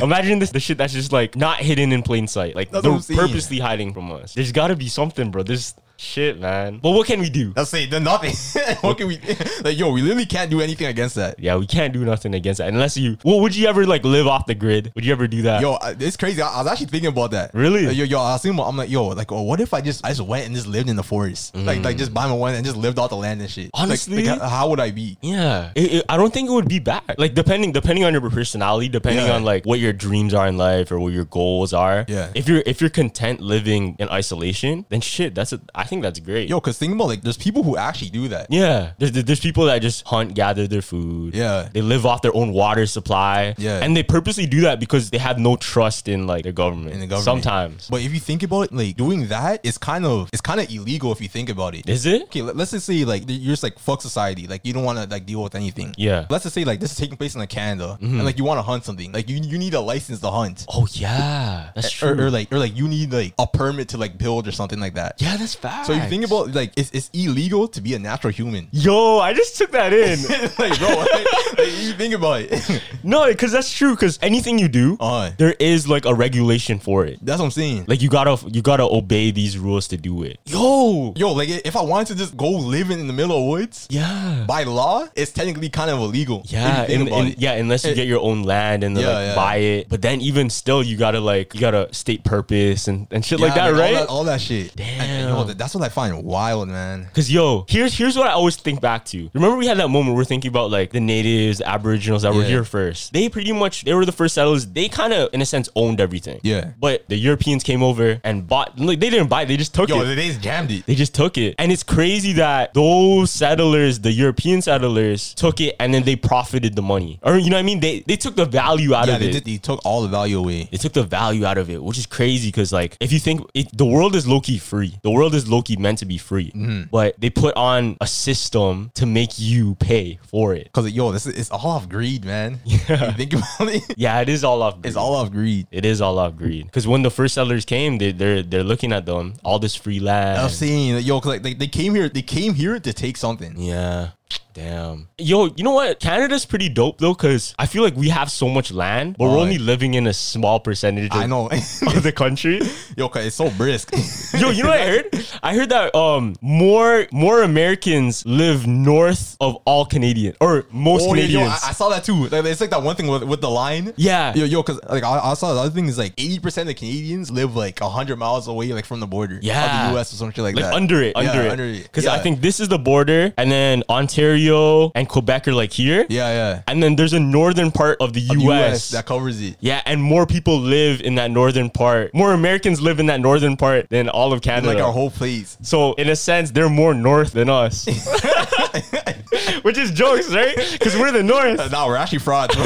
Speaker 1: Imagine this, the shit that's just like not hidden in plain sight. Like
Speaker 2: That's what
Speaker 1: they're
Speaker 2: I'm saying.
Speaker 1: purposely hiding from us. There's got to be something, bro. There's shit, man. But what can we do?
Speaker 2: That's it. They're nothing. what can we? Like, yo, we literally can't do anything against that.
Speaker 1: Yeah, we can't do nothing against that unless you. Well, would you ever like live off the grid? Would you ever do that?
Speaker 2: Yo, I- it's crazy. I, I was actually thinking about that.
Speaker 1: Really?
Speaker 2: Like, yo, yo, I was thinking. About, I'm like, yo, like, oh, what if I just, I just went and just lived in the forest, like, like just buy my one and just lived off the land and shit. Like-
Speaker 1: Mm. Honestly?
Speaker 2: like, how- how would I be?
Speaker 1: Yeah, It- it- I don't think it would be bad. Like depending, depending on your personality, depending
Speaker 2: Yeah.
Speaker 1: on like what your dreams are in life or what your goals are.
Speaker 2: Yeah.
Speaker 1: If you're if you're content living in isolation, then shit, that's a, I think that's great.
Speaker 2: Yo, cause think about like, there's people who actually do that.
Speaker 1: Yeah, there's, there's people that just hunt, gather their food.
Speaker 2: Yeah.
Speaker 1: they live off their own water supply.
Speaker 2: Yeah.
Speaker 1: and they purposely do that because they have no trust in like their government.
Speaker 2: in the government.
Speaker 1: sometimes,
Speaker 2: but if you think about it, like doing that is kind of it's kind of illegal if you think about it.
Speaker 1: is it?
Speaker 2: Okay, let- let's just say like you're just like fuck society, like you don't want to like deal with anything.
Speaker 1: Yeah. Mm-hmm.
Speaker 2: Let's just say like this is taking place in like Canada, and like you want to hunt something, like you you need a license to hunt,
Speaker 1: Oh yeah, that's true.
Speaker 2: or, or like or like you need like a permit to like build or something like that.
Speaker 1: yeah, that's fact.
Speaker 2: So you think about like it's, it's illegal to be a natural human.
Speaker 1: Yo, I just took that in.
Speaker 2: like bro, like, like, you think about it.
Speaker 1: No, because that's true. Because anything you do,
Speaker 2: Uh-huh.
Speaker 1: there is like a regulation for it.
Speaker 2: That's what I'm saying.
Speaker 1: Like you gotta you gotta obey these rules to do it. Yo,
Speaker 2: Yo, like if I wanted to just go living in the middle of woods,
Speaker 1: yeah,
Speaker 2: by law, it's technically kind of illegal. if you
Speaker 1: yeah,
Speaker 2: think
Speaker 1: and,
Speaker 2: about
Speaker 1: and-
Speaker 2: it.
Speaker 1: yeah. Unless you
Speaker 2: It-
Speaker 1: get your own land and then,
Speaker 2: Yeah,
Speaker 1: like
Speaker 2: yeah.
Speaker 1: buy it, but then even still, you gotta like you gotta state purpose and and shit like
Speaker 2: Yeah,
Speaker 1: that,
Speaker 2: all
Speaker 1: right?
Speaker 2: All that, all that shit. And- and yo,
Speaker 1: Damn.
Speaker 2: that- that's That's what I find wild, man.
Speaker 1: Cause yo, here's here's what I always think back to. Remember we had that moment we're thinking about like the natives, the aboriginals that were
Speaker 2: Yeah.
Speaker 1: here first. They pretty much they were the first settlers. They kind of in a sense owned everything.
Speaker 2: Yeah.
Speaker 1: But the Europeans came over and bought. Like, they didn't buy. it, They just took
Speaker 2: Yo,
Speaker 1: it.
Speaker 2: they they just jammed it.
Speaker 1: They just took it. And it's crazy that those settlers, the European settlers, took it and then they profited the money. Or you know what I mean? They they took the value out
Speaker 2: Yeah,
Speaker 1: of
Speaker 2: they
Speaker 1: it.
Speaker 2: did. They took all the value away.
Speaker 1: They took the value out of it, which is crazy because, like, if you think it, the world is low key free, the world is low key meant to be free,
Speaker 2: Mm-hmm.
Speaker 1: but they put on a system to make you pay for it.
Speaker 2: Cause yo, this is it's all off greed, man. You think about it,
Speaker 1: Yeah, it is all off. Greed.
Speaker 2: it's all off greed.
Speaker 1: It is all off greed. Because when the first settlers came, they, they're they're looking at them all this free land.
Speaker 2: I'm saying, like, yo, 'cause, like they, they came here, they came here to take something.
Speaker 1: Yeah. Damn. Yo, you know what? Canada's pretty dope though, because I feel like we have so much land, but we're
Speaker 2: Oh,
Speaker 1: only
Speaker 2: yeah.
Speaker 1: living in a small percentage of,
Speaker 2: I know,
Speaker 1: of the country.
Speaker 2: yo, 'cause it's so brisk.
Speaker 1: Yo, you know what I heard? I heard that um more more Americans live north of all Canadian or most
Speaker 2: Oh, yeah, yo,
Speaker 1: Canadians.
Speaker 2: I, I saw that too. Like, it's like that one thing with, with the line.
Speaker 1: Yeah.
Speaker 2: yo, yo, cause like I, I saw the other thing is like eighty percent of Canadians live like hundred miles away, like from the border. of
Speaker 1: Yeah.
Speaker 2: the U.S. or something like,
Speaker 1: like
Speaker 2: that.
Speaker 1: under it,
Speaker 2: Yeah,
Speaker 1: under it,
Speaker 2: under it.
Speaker 1: Because I
Speaker 2: Yeah.
Speaker 1: think this is the border, and then Ontario and Quebec are like here,
Speaker 2: yeah, yeah,
Speaker 1: and then there's a northern part of the
Speaker 2: Of the
Speaker 1: U.S.
Speaker 2: that covers it.
Speaker 1: yeah, and more people live in that northern part. More Americans live in that northern part than all of Canada.
Speaker 2: Like our whole place.
Speaker 1: So in a sense, they're more north than us, which is jokes, right? Because we're the north.
Speaker 2: No, Uh, we're actually frauds. bro.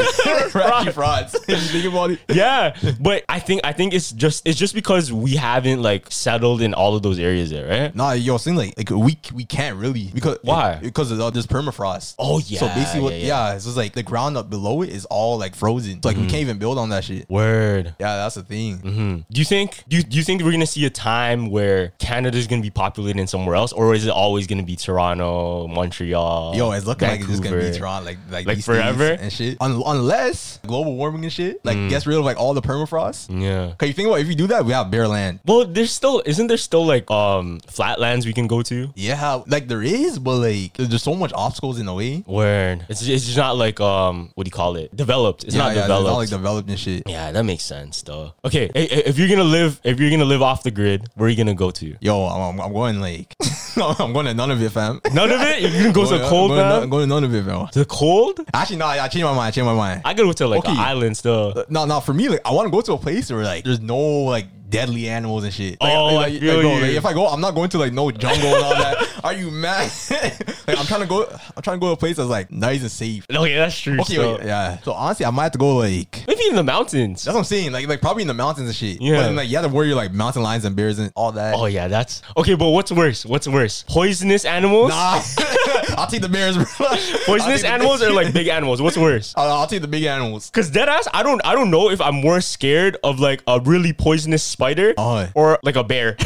Speaker 2: we're actually frauds. If you think about it.
Speaker 1: yeah, but I think I think it's just it's just because we haven't like settled in all of those areas yet, right?
Speaker 2: Nah, yo, seeing like like we we can't really because
Speaker 1: Why?
Speaker 2: Because of all this permafrost.
Speaker 1: Oh,
Speaker 2: So
Speaker 1: yeah,
Speaker 2: basically, what,
Speaker 1: yeah,
Speaker 2: yeah,
Speaker 1: yeah.
Speaker 2: it's just like the ground up below it is all like frozen. So, like
Speaker 1: Mm-hmm.
Speaker 2: we can't even build on that shit.
Speaker 1: Word.
Speaker 2: Yeah, that's the thing.
Speaker 1: Do you think do you, do you think we're gonna see a time where Canada's gonna be populated in somewhere else, or is it always gonna be Toronto, Montreal?
Speaker 2: Yo, it's looking like it's just gonna be
Speaker 1: Vancouver?
Speaker 2: Toronto, like like,
Speaker 1: Like
Speaker 2: these
Speaker 1: forever? Mm.
Speaker 2: days and shit. Un- unless global warming and shit like gets rid of like all the permafrost.
Speaker 1: Yeah.
Speaker 2: Cause you think about it, if you do that, we have bare land.
Speaker 1: Well, there's still isn't there still like um flatlands we can go to?
Speaker 2: Yeah, like there is, but like there's so much obstacles in the way.
Speaker 1: Word. It's it's just not like um what do you call it? Developed. It's
Speaker 2: yeah,
Speaker 1: not
Speaker 2: yeah,
Speaker 1: developed.
Speaker 2: It's all like developed and shit.
Speaker 1: yeah, that makes sense though. Okay, i- i- if you're gonna live if you're gonna live off the grid, where are you gonna go to?
Speaker 2: Yo, I'm, I'm- I'm going like I'm going to none of it, fam.
Speaker 1: None of it. You're gonna go to
Speaker 2: Going-
Speaker 1: the cold
Speaker 2: I'm going, to-
Speaker 1: now.
Speaker 2: I'm going to none of it, bro.
Speaker 1: To the cold?
Speaker 2: Actually, no, I I changed my mind. I changed my mind.
Speaker 1: I could go to like
Speaker 2: Okay.
Speaker 1: an island still.
Speaker 2: no, no, for me, like I want to go to a place where like there's no like deadly animals and shit. Like,
Speaker 1: Oh, I
Speaker 2: like,
Speaker 1: feel
Speaker 2: like, bro,
Speaker 1: you.
Speaker 2: like, if I go, I'm not going to like no jungle and all that. Are you mad? like I'm trying to go, I'm trying to go to a place that's like nice and safe.
Speaker 1: Okay, that's true.
Speaker 2: Okay,
Speaker 1: still.
Speaker 2: wait, yeah. So honestly, I might have to go like.
Speaker 1: Maybe in the mountains.
Speaker 2: That's what I'm saying. Like, like probably in the mountains and shit.
Speaker 1: Yeah.
Speaker 2: But then, like you have to worry like mountain lions and bears and all that.
Speaker 1: Oh yeah, that's okay. But what's worse? What's worse? Poisonous animals.
Speaker 2: Nah, I'll take the bears, bro. I'll take
Speaker 1: Poisonous
Speaker 2: the-
Speaker 1: animals are like big animals. What's worse?
Speaker 2: I'll, I'll take the big animals.
Speaker 1: Cause dead ass, I don't, I don't know if I'm more scared of like a really poisonous spider
Speaker 2: Oh.
Speaker 1: or like a bear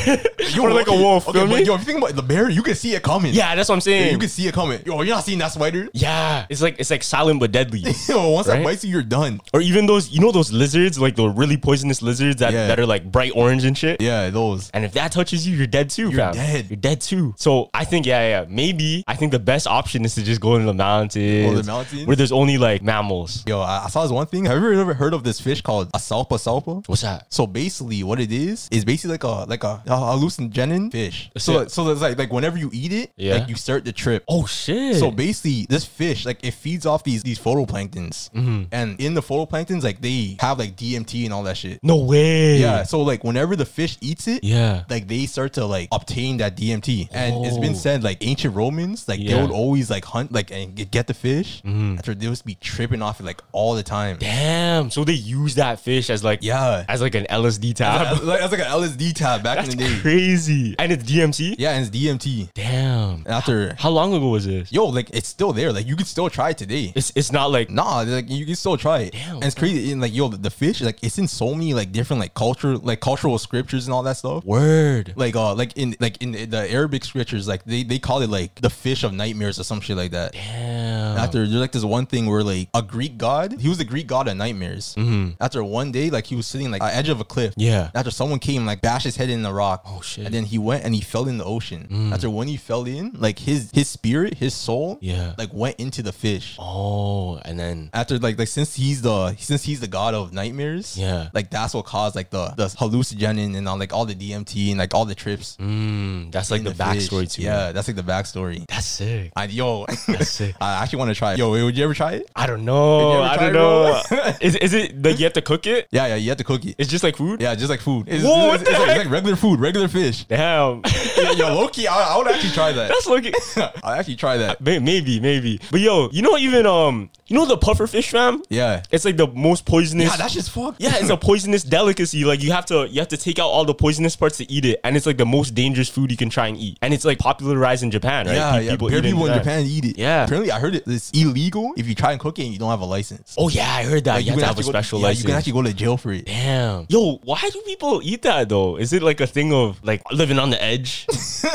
Speaker 2: Yo,
Speaker 1: or like a
Speaker 2: okay,
Speaker 1: wolf.
Speaker 2: Okay,
Speaker 1: feel me?
Speaker 2: but yo, if you think about it, the bear, you can see it coming.
Speaker 1: yeah, that's what I'm saying.
Speaker 2: you can see it coming. Yo, you're not seeing that spider.
Speaker 1: yeah, it's like it's like silent but deadly.
Speaker 2: Yo, once
Speaker 1: Right?
Speaker 2: that bites you, you're done.
Speaker 1: or even those, you know, those lizards, like the really poisonous lizards that,
Speaker 2: Yeah.
Speaker 1: that are like bright orange and shit.
Speaker 2: Yeah, those.
Speaker 1: And if that touches you, you're dead too,
Speaker 2: You're
Speaker 1: fam.
Speaker 2: dead.
Speaker 1: You're dead too. So I think, yeah, yeah, yeah, maybe I think the best option is to just go into the mountains,
Speaker 2: Go to the mountains?
Speaker 1: where there's only like mammals.
Speaker 2: Yo, I, I saw this one thing. Have you ever heard of this fish called a salpa salpa?
Speaker 1: What's that?
Speaker 2: So basically, what it is is basically like a like a, a hallucinogen fish. So
Speaker 1: it.
Speaker 2: so it's like like whenever you eat it,
Speaker 1: Yeah.
Speaker 2: like you start to trip.
Speaker 1: Oh shit!
Speaker 2: So basically, this fish like it feeds off these these photoplanktons,
Speaker 1: Mm-hmm.
Speaker 2: and in the photoplanktons, like they have like DMT and all that shit.
Speaker 1: no way.
Speaker 2: Yeah. So like whenever the fish eats it,
Speaker 1: Yeah.
Speaker 2: like they start to like obtain that DMT. And it's
Speaker 1: Oh.
Speaker 2: been said like ancient Romans, like
Speaker 1: Yeah. Mm-hmm.
Speaker 2: they would always like hunt like and get- get the fish. After they would be tripping off it like all the time.
Speaker 1: Damn. So they use that fish as like
Speaker 2: Yeah.
Speaker 1: as like an LSD
Speaker 2: That's,
Speaker 1: tab.
Speaker 2: like, that's like an LSD tab back
Speaker 1: That's
Speaker 2: in the day.
Speaker 1: crazy. And it's DMT.
Speaker 2: Yeah, and it's DMT.
Speaker 1: Damn.
Speaker 2: And after
Speaker 1: How long ago was this?
Speaker 2: yo, like it's still there. Like you can still try it today.
Speaker 1: It's it's not like
Speaker 2: Nah, like you can still try it.
Speaker 1: Damn.
Speaker 2: And it's crazy. And like yo, the, the fish, like it's in so many like different like culture, like cultural scriptures and all that stuff.
Speaker 1: word.
Speaker 2: like uh like in like in the Arabic scriptures, like they, they call it like the fish of nightmares or some shit like that.
Speaker 1: Damn.
Speaker 2: After there's like this one thing where like a Greek god, he was the Greek god of nightmares. After one day, like he was sitting like at the edge of a cliff.
Speaker 1: Mm-hmm. Yeah.
Speaker 2: After someone came like bashed his head in the rock. Oh
Speaker 1: shit. Mm.
Speaker 2: And then he went and he fell in the ocean. After when he fell in, like his his spirit, his soul,
Speaker 1: Yeah.
Speaker 2: like went into the fish.
Speaker 1: Oh, and then
Speaker 2: After like like since he's the since he's the god of nightmares,
Speaker 1: Yeah.
Speaker 2: like that's what caused like the the hallucinogen and all like all the DMT and like all the trips.
Speaker 1: mm, that's like
Speaker 2: in
Speaker 1: the,
Speaker 2: fish.
Speaker 1: backstory to it.
Speaker 2: Yeah, that's like the backstory.
Speaker 1: That's sick.
Speaker 2: I, yo,
Speaker 1: That's sick.
Speaker 2: I actually want to try it. Yo, would you ever try it?
Speaker 1: I don't know.
Speaker 2: ever
Speaker 1: I
Speaker 2: tried
Speaker 1: don't know. is is it like you have to cook it?
Speaker 2: Yeah, yeah, you have to cook it.
Speaker 1: It's just like food.
Speaker 2: yeah, just like food. It's,
Speaker 1: Whoa,
Speaker 2: it's-
Speaker 1: what
Speaker 2: it's
Speaker 1: the
Speaker 2: like, it's
Speaker 1: heck?
Speaker 2: like regular food, regular fish.
Speaker 1: Damn.
Speaker 2: yo, yo, Loki, I, I would actually try that.
Speaker 1: That's looking.
Speaker 2: I'd actually try that.
Speaker 1: May- Maybe, maybe. But yo, you know even um, you know the puffer fish, fam.
Speaker 2: Yeah.
Speaker 1: It's like the most poisonous.
Speaker 2: Yeah, that's just fucked.
Speaker 1: Yeah, it's a poisonous delicacy. Like you have to you have to take out all the poisonous parts to eat it, and it's like the most dangerous food you can try and eat. And it's like popularized in Japan, right?
Speaker 2: Yeah,
Speaker 1: Pe-
Speaker 2: yeah. People, people in Japan eat it.
Speaker 1: Yeah.
Speaker 2: Apparently, I heard it, it's illegal if you try and cook it and you don't have a license.
Speaker 1: Oh yeah, I heard that.
Speaker 2: Like,
Speaker 1: you have
Speaker 2: can
Speaker 1: to have a
Speaker 2: actually go-
Speaker 1: special
Speaker 2: yeah,
Speaker 1: license.
Speaker 2: You can actually go to jail for it.
Speaker 1: Damn. Yo, why do people eat that though? Is it like a thing of like living on the edge?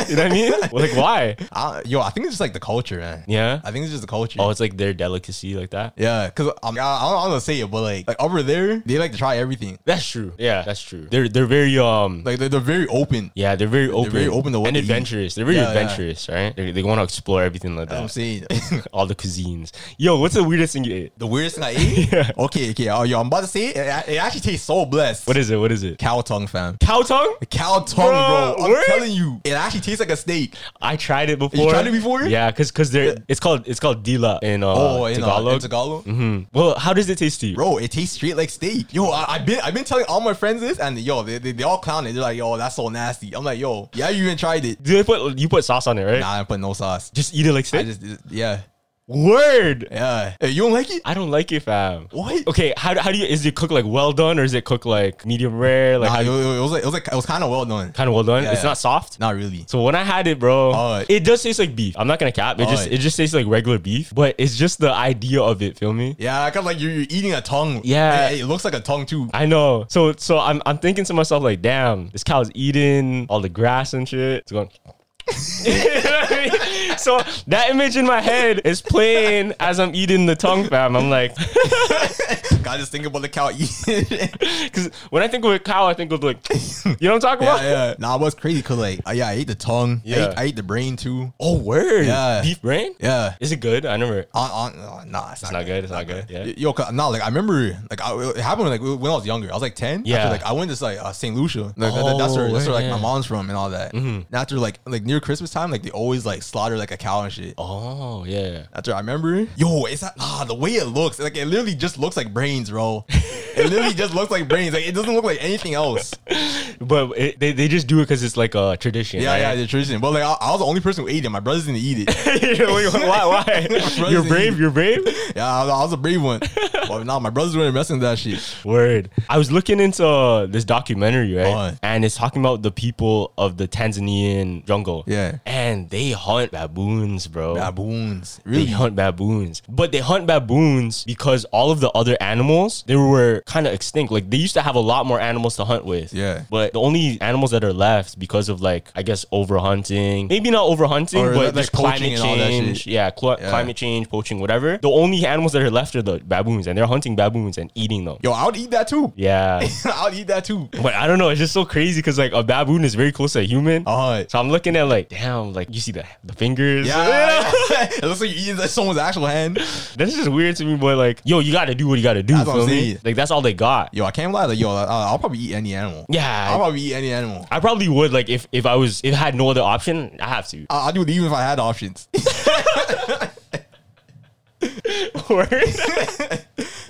Speaker 1: you know what I mean? Well, like why?
Speaker 2: I, yo, I think it's just like the culture, man.
Speaker 1: Yeah?
Speaker 2: I think it's just the culture.
Speaker 1: Oh, it's like their delicacy like that.
Speaker 2: yeah, because I'm, I, I don't want to say it, but like, like over there, they like to try everything.
Speaker 1: That's true. Yeah, that's true. They're they're very um
Speaker 2: Like they're, they're very open.
Speaker 1: yeah, they're very open,
Speaker 2: very open to what
Speaker 1: and
Speaker 2: they eat.
Speaker 1: adventurous. They're very
Speaker 2: Yeah, yeah.
Speaker 1: adventurous, right? They, they want to explore everything like that.
Speaker 2: That's what I'm saying.
Speaker 1: All the cuisines. Yo, what's the weirdest thing you ate?
Speaker 2: The weirdest thing I ate? Okay, okay. Oh, yo, I'm about to say it. It, it actually tastes so blessed.
Speaker 1: What is it? What is it?
Speaker 2: cow tongue, fam?
Speaker 1: Cow tongue?
Speaker 2: Cow tongue, bro.
Speaker 1: Bro, Uh,
Speaker 2: I'm
Speaker 1: what?
Speaker 2: telling you, it actually tastes like a steak.
Speaker 1: I tried it before.
Speaker 2: tried it before?
Speaker 1: Yeah, because because they're it's called it's called dila in uh,
Speaker 2: Oh, in, Tagalog.
Speaker 1: Tagalog. Mm-hmm. Hmm.
Speaker 2: in Tagalog,
Speaker 1: Well, how does it taste to you?
Speaker 2: bro, it tastes straight like steak. Yo, I, I've been I've been telling all my friends this, and yo, they, they, they all clown it. They're like, yo, that's so nasty. I'm like, yo, yeah, you even tried it?
Speaker 1: Do they put you put sauce on it, right?
Speaker 2: Nah, I put no sauce.
Speaker 1: Just eat it like
Speaker 2: I
Speaker 1: steak.
Speaker 2: just yeah,
Speaker 1: Word.
Speaker 2: yeah. Hey, you don't like it?
Speaker 1: I don't like it, fam.
Speaker 2: What?
Speaker 1: Okay, how, how do you is it cooked like well done or is it cooked like medium rare? Like
Speaker 2: Nah, it, was- it was like it was like it was kind of well done.
Speaker 1: kind of well done.
Speaker 2: Yeah,
Speaker 1: it's
Speaker 2: yeah. Uh,
Speaker 1: not soft.
Speaker 2: Not really.
Speaker 1: So when I had it, bro,
Speaker 2: Alright.
Speaker 1: it does taste like beef. I'm not gonna cap. It just
Speaker 2: Alright.
Speaker 1: it just tastes like regular beef, but it's just the idea of it. Feel me?
Speaker 2: Yeah, kind of like you're, you're eating a tongue.
Speaker 1: Yeah.
Speaker 2: it, it looks like a tongue too.
Speaker 1: I know. So so I'm I'm thinking to myself like, damn, this cow's eating all the grass and shit. It's going. You know what I mean? so that image in my head is playing as I'm eating the tongue, fam. I'm like,
Speaker 2: God, just think about the cow eating.
Speaker 1: because when I think of a cow, I think of like, you know what I'm talking
Speaker 2: yeah,
Speaker 1: about?
Speaker 2: yeah. Nah, it was crazy because like, I, yeah, I ate the tongue. I,
Speaker 1: Yeah.
Speaker 2: ate, I ate the brain too.
Speaker 1: Oh, word.
Speaker 2: Yeah.
Speaker 1: Beef brain?
Speaker 2: Yeah.
Speaker 1: Is it good? I never.
Speaker 2: On, on, uh, nah, it's,
Speaker 1: not good, it's not good, yeah.
Speaker 2: Yo, 'cause- nah, like I remember, like I, it happened like when I was younger. I was like ten.
Speaker 1: Yeah.
Speaker 2: After, like I went to like uh, St. Lucia. Like, that- that- that's
Speaker 1: Oh,
Speaker 2: where that's where like
Speaker 1: yeah. Mm-hmm.
Speaker 2: my mom's from and all that. And after like like near Christmas time, like they always like slaughter like a cow and shit.
Speaker 1: Oh, yeah.
Speaker 2: After I remember, yo, it's not, ah the way it looks, like it literally just looks like brains, bro. it literally just looks like brains. Like it doesn't look like anything else.
Speaker 1: But it, they, they just do it because it's like a tradition.
Speaker 2: Yeah,
Speaker 1: right?
Speaker 2: yeah, the tradition. But like I, I was the only person who ate it. My brothers didn't eat
Speaker 1: Wait,
Speaker 2: it.
Speaker 1: why? Why?
Speaker 2: Brothers
Speaker 1: you're
Speaker 2: eat
Speaker 1: brave.
Speaker 2: it.
Speaker 1: You're brave.
Speaker 2: Yeah, I, was- I was a brave one. but nah, my brothers weren't messing with that shit.
Speaker 1: Word. I was looking into uh, this documentary, right?
Speaker 2: Oh.
Speaker 1: And it's talking about the people of the Tanzanian jungle.
Speaker 2: Yeah.
Speaker 1: And they hunt baboons, bro.
Speaker 2: Baboons.
Speaker 1: Oh. They
Speaker 2: Really?
Speaker 1: hunt baboons. But they hunt baboons because all of the other animals, they were kind of extinct. Like they used to have a lot more animals to hunt with.
Speaker 2: Yeah.
Speaker 1: But the only animals that are left because of like, I guess, overhunting, maybe not overhunting,
Speaker 2: Or
Speaker 1: but
Speaker 2: like
Speaker 1: just climate
Speaker 2: poaching and all that
Speaker 1: change.
Speaker 2: shit.
Speaker 1: Yeah, cl-
Speaker 2: Yeah.
Speaker 1: climate change, poaching, whatever. The only animals that are left are the baboons and they're hunting baboons and eating them.
Speaker 2: Yo, I would eat that too.
Speaker 1: Yeah.
Speaker 2: I would eat that too.
Speaker 1: But I don't know. It's just so crazy because like a baboon is very close to a human.
Speaker 2: Uh,
Speaker 1: So I'm looking at like, damn, like you see the the fingers.
Speaker 2: yeah. it looks like you're eating someone's actual hand.
Speaker 1: That's just weird to me, boy. Like, yo, you got to do what you got to do.
Speaker 2: That's what
Speaker 1: feel
Speaker 2: I'm
Speaker 1: me?
Speaker 2: saying.
Speaker 1: Like that's all they got.
Speaker 2: Yo, I can't lie. Like, yo, I, I'll probably eat any animal. I'll
Speaker 1: Yeah.
Speaker 2: probably eat any animal.
Speaker 1: I probably would like if if I was if I had no other option, I have to.
Speaker 2: I, I'll do it even if I had options.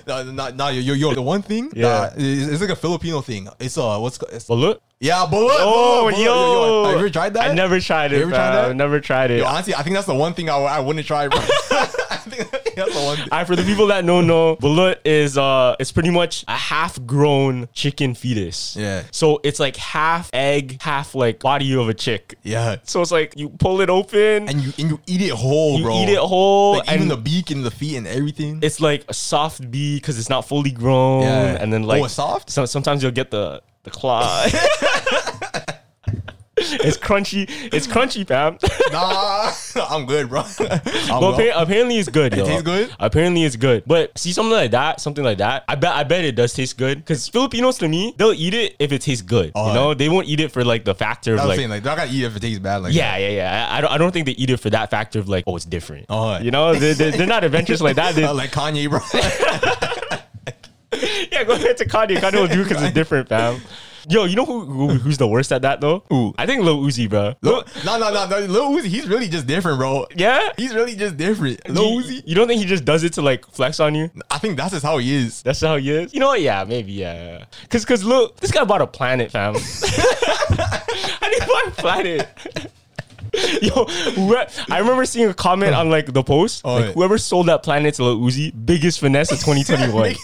Speaker 2: no, no, no, yo, yo, yo, the one thing,
Speaker 1: Yeah.
Speaker 2: yeah, it's, it's like a Filipino thing. It's uh, what's it's,
Speaker 1: but look,
Speaker 2: yeah, bullet.
Speaker 1: oh,
Speaker 2: bullet,
Speaker 1: yo,
Speaker 2: bullet. yo, have you ever tried that?
Speaker 1: I never tried
Speaker 2: You
Speaker 1: it.
Speaker 2: ever tried
Speaker 1: fam.
Speaker 2: that?
Speaker 1: Never tried it.
Speaker 2: Yo, honestly, I think that's the one thing I, I wouldn't try. Bro. I think that's the one. Thing.
Speaker 1: All right, for the people that don't know, balut is uh, it's pretty much a half-grown chicken fetus.
Speaker 2: Yeah.
Speaker 1: So it's like half egg, half like body of a chick.
Speaker 2: Yeah,
Speaker 1: So it's like you pull it open,
Speaker 2: and you and you eat it whole,
Speaker 1: you
Speaker 2: bro.
Speaker 1: eat it whole,
Speaker 2: Like,
Speaker 1: and
Speaker 2: even the beak and the feet and everything.
Speaker 1: it's like a soft bee because it's not fully grown,
Speaker 2: Yeah.
Speaker 1: and then
Speaker 2: Oh,
Speaker 1: like
Speaker 2: it's soft?
Speaker 1: So, sometimes you'll get the the claw. It's crunchy. It's crunchy, fam.
Speaker 2: nah, I'm good, bro. I'm
Speaker 1: Well,
Speaker 2: Oh, well.
Speaker 1: appa- apparently it's good. It
Speaker 2: tastes good?
Speaker 1: Apparently it's good. But see something like that, something like that. I bet I bet it does taste good. Because Filipinos to me, they'll eat it if it tastes good.
Speaker 2: Oh.
Speaker 1: you know, they won't eat it for like the factor
Speaker 2: I
Speaker 1: of
Speaker 2: was
Speaker 1: like.
Speaker 2: saying, like, they're not gonna eat it if it tastes bad. Like,
Speaker 1: yeah, yeah, yeah. I, I don't. I don't think they eat it for that factor of like, oh, it's different.
Speaker 2: Oh.
Speaker 1: you know, they're, they're, they're not adventurous like that. They-
Speaker 2: Uh, like Kanye, bro.
Speaker 1: yeah, go ahead to Kanye. Kanye will do because it's different, fam. Yo, you know who, who who's the worst at that though? Ooh. I think Lil Uzi, bro.
Speaker 2: Lil- no, no, no, no. Lil Uzi, he's really just different, bro.
Speaker 1: Yeah?
Speaker 2: he's really just different.
Speaker 1: Do
Speaker 2: Lil
Speaker 1: you-
Speaker 2: Uzi,
Speaker 1: You don't think he just does it to like flex on you?
Speaker 2: I think that's just how he is.
Speaker 1: That's how he is. You know what? Yeah, maybe. Yeah, yeah. cause cause look, this guy bought a planet, fam. How do you buy a planet? Yo, whoe- I remember seeing a comment on like the post.
Speaker 2: Oh,
Speaker 1: like,
Speaker 2: yeah.
Speaker 1: whoever sold that planet to Lil Uzi, biggest finesse of 2021.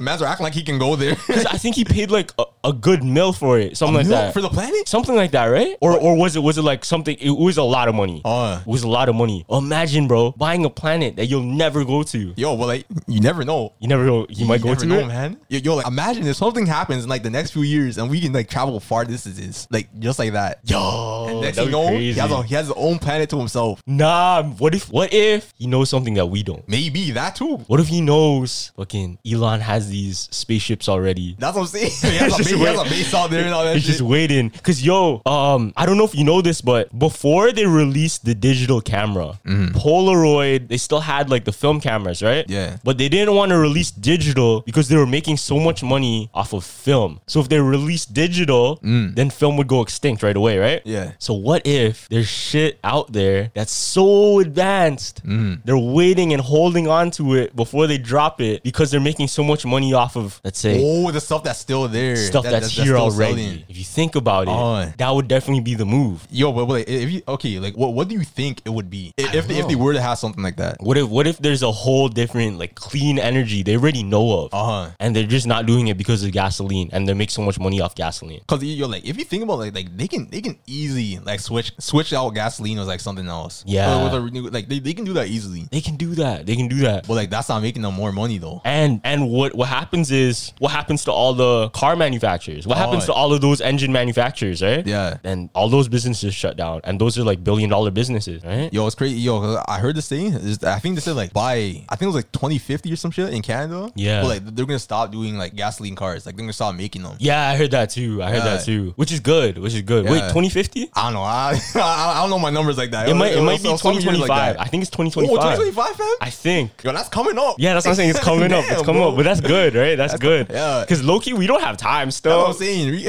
Speaker 2: Man's are acting like he can go there.
Speaker 1: 'Cause I think he paid like a, a good mil for it, something like
Speaker 2: Milk
Speaker 1: that.
Speaker 2: for the planet?
Speaker 1: something like that, right? Or or was it was it like something? It was a lot of money.
Speaker 2: Oh.
Speaker 1: it was a lot of money. Imagine, bro, buying a planet that you'll never go to.
Speaker 2: Yo, well, like you never know.
Speaker 1: You never go. You might go
Speaker 2: never
Speaker 1: to
Speaker 2: know,
Speaker 1: it.
Speaker 2: man. Yo, yo, like imagine if something happens in like the next few years and we can like travel far distances, like just like that.
Speaker 1: Yo,
Speaker 2: And next
Speaker 1: that'd
Speaker 2: thing you
Speaker 1: be
Speaker 2: know, he
Speaker 1: crazy.
Speaker 2: has, a, he has his own planet to himself.
Speaker 1: Nah, what if what if he knows something that we don't?
Speaker 2: Maybe that too.
Speaker 1: What if he knows fucking Elon has these spaceships already?
Speaker 2: That's what I'm saying. He has, a,
Speaker 1: Just
Speaker 2: base, he has
Speaker 1: wait.
Speaker 2: a base out there and all that
Speaker 1: He's
Speaker 2: shit.
Speaker 1: just waiting. Cause yo, um, I don't know if you know this, but before they released the digital camera, Polaroid, they still had like the film cameras, right?
Speaker 2: Mm-hmm. Yeah.
Speaker 1: But they didn't want to release digital because they were making so much money off of film. So if they released digital, then film would go extinct right away, right?
Speaker 2: Mm. Yeah.
Speaker 1: So what if there's shit out there that's so advanced,
Speaker 2: Mm-hmm.
Speaker 1: they're waiting and holding on to it before they drop it because they're making so much money off of, let's say,
Speaker 2: Oh, the stuff that's still there.
Speaker 1: stuff
Speaker 2: That-
Speaker 1: that's,
Speaker 2: that-
Speaker 1: here
Speaker 2: still
Speaker 1: already.
Speaker 2: selling.
Speaker 1: If you think about it,
Speaker 2: Oh.
Speaker 1: that would definitely be the move.
Speaker 2: Yo, but, but like, if you okay, like what what do you think it would be if if they, if they were to have something like that?
Speaker 1: What if what if there's a whole different like clean energy they already know of,
Speaker 2: Uh-huh.
Speaker 1: and they're just not doing it because of gasoline, and they make so much money off gasoline.
Speaker 2: Cause you're like, if you think about like, like they can they can easily like switch switch out gasoline with like something else.
Speaker 1: Yeah.
Speaker 2: Or with a renew- like they, they can do that easily.
Speaker 1: They can do that. They can do that.
Speaker 2: But like that's not making them more money though.
Speaker 1: And and what what happens is what happens to all the car manufacturers? What happens
Speaker 2: Oh.
Speaker 1: to all of those engine manufacturers, right?
Speaker 2: Yeah.
Speaker 1: And all those businesses shut down, and those are like billion dollar businesses, right?
Speaker 2: Yo, it's crazy. Yo, I heard this thing. It's- I think they said like by I think it was like 2050 or some shit in Canada.
Speaker 1: Yeah.
Speaker 2: But like they're gonna stop doing like gasoline cars. Like they're gonna stop making them.
Speaker 1: Yeah, I heard that too. I heard that
Speaker 2: Yeah.
Speaker 1: too, which is good. Which is good. Wait,
Speaker 2: Yeah.
Speaker 1: 2050?
Speaker 2: I don't know. I, I don't know my numbers like that.
Speaker 1: It might it might be
Speaker 2: was some years
Speaker 1: 2025.
Speaker 2: Like
Speaker 1: I
Speaker 2: that.
Speaker 1: think it's
Speaker 2: Oh,
Speaker 1: 2025.
Speaker 2: 2025, fam.
Speaker 1: I think.
Speaker 2: Yo, that's coming up.
Speaker 1: Yeah, that's what I'm saying. It's coming up. It's
Speaker 2: Damn,
Speaker 1: coming
Speaker 2: bro.
Speaker 1: up. But that's good, right? That's, good.
Speaker 2: yeah.
Speaker 1: Because Loki, we don't have time
Speaker 2: That's
Speaker 1: still.
Speaker 2: what I'm saying.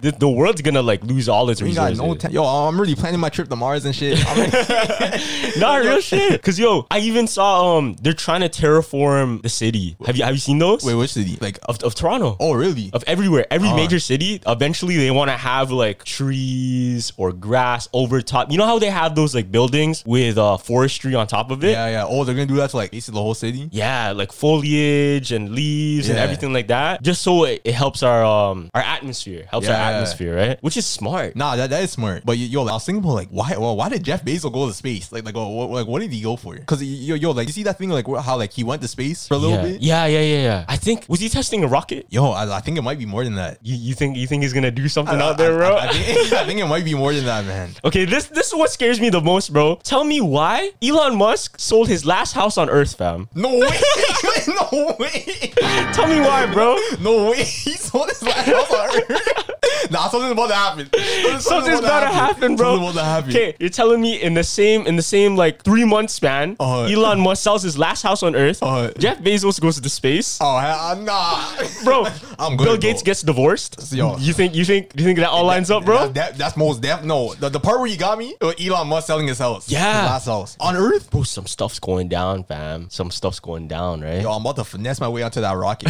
Speaker 1: The, the, the world's gonna like lose all its
Speaker 2: We got
Speaker 1: resources.
Speaker 2: no time. Yo, I'm really planning my trip to Mars and shit. I'm
Speaker 1: Nah, real shit. Cause yo, I even saw um they're trying to terraform the city. Have you have you seen those?
Speaker 2: Wait, Uh-huh. which city? Like,
Speaker 1: Of, of Toronto.
Speaker 2: oh, really?
Speaker 1: Of everywhere, every major city, eventually they want to have like trees or grass over top. You know how they have those like buildings with uh, forestry on top of it?
Speaker 2: yeah, yeah. Oh, they're gonna do that to like basically the whole city.
Speaker 1: Yeah, like foliage and leaves and
Speaker 2: Yeah.
Speaker 1: everything like that. Just so it, it helps our um our atmosphere, helps
Speaker 2: Yeah.
Speaker 1: our atmosphere, right? Which is smart.
Speaker 2: Nah, that, that is smart. But yo, yo, I was thinking about like why well, why did Jeff Bezos go to space? Like like oh, what, like what did he go for? Because yo yo like you see that thing like wh- how like he went to space for a little
Speaker 1: yeah.
Speaker 2: bit.
Speaker 1: yeah, yeah, yeah, yeah. I think was he testing a rocket?
Speaker 2: Yo, I, I think it might be more than that.
Speaker 1: You, you think you think he's gonna do something
Speaker 2: I-
Speaker 1: out there,
Speaker 2: I-
Speaker 1: bro?
Speaker 2: I, I think, I think it might be more than that, man.
Speaker 1: okay, this this is what scares me the most, bro. Tell me why Elon Musk sold his last house on Earth, fam.
Speaker 2: No way! no way!
Speaker 1: Tell me why, bro.
Speaker 2: No way! He sold his last house on Earth. Nah, something's about to happen. Something's,
Speaker 1: Something's about to happen, bro.
Speaker 2: Something's about to happen.
Speaker 1: Okay, you're telling me in the same in the same like three month span,
Speaker 2: Uh,
Speaker 1: Elon Musk sells his last house on Earth.
Speaker 2: Uh,
Speaker 1: Jeff Bezos goes to space.
Speaker 2: Oh, hell, nah,
Speaker 1: bro.
Speaker 2: I'm good,
Speaker 1: Bill
Speaker 2: bro.
Speaker 1: Gates gets divorced.
Speaker 2: Yo.
Speaker 1: You think you think you think that all lines up, bro?
Speaker 2: That, that- that's most def. No, the, the part where you got me, uh, Elon Musk selling his house.
Speaker 1: Yeah.
Speaker 2: his last house Oh, on Earth.
Speaker 1: bro, some stuff's going down, fam. Some stuff's going down, right?
Speaker 2: Yo, I'm about to finesse my way onto that rocket.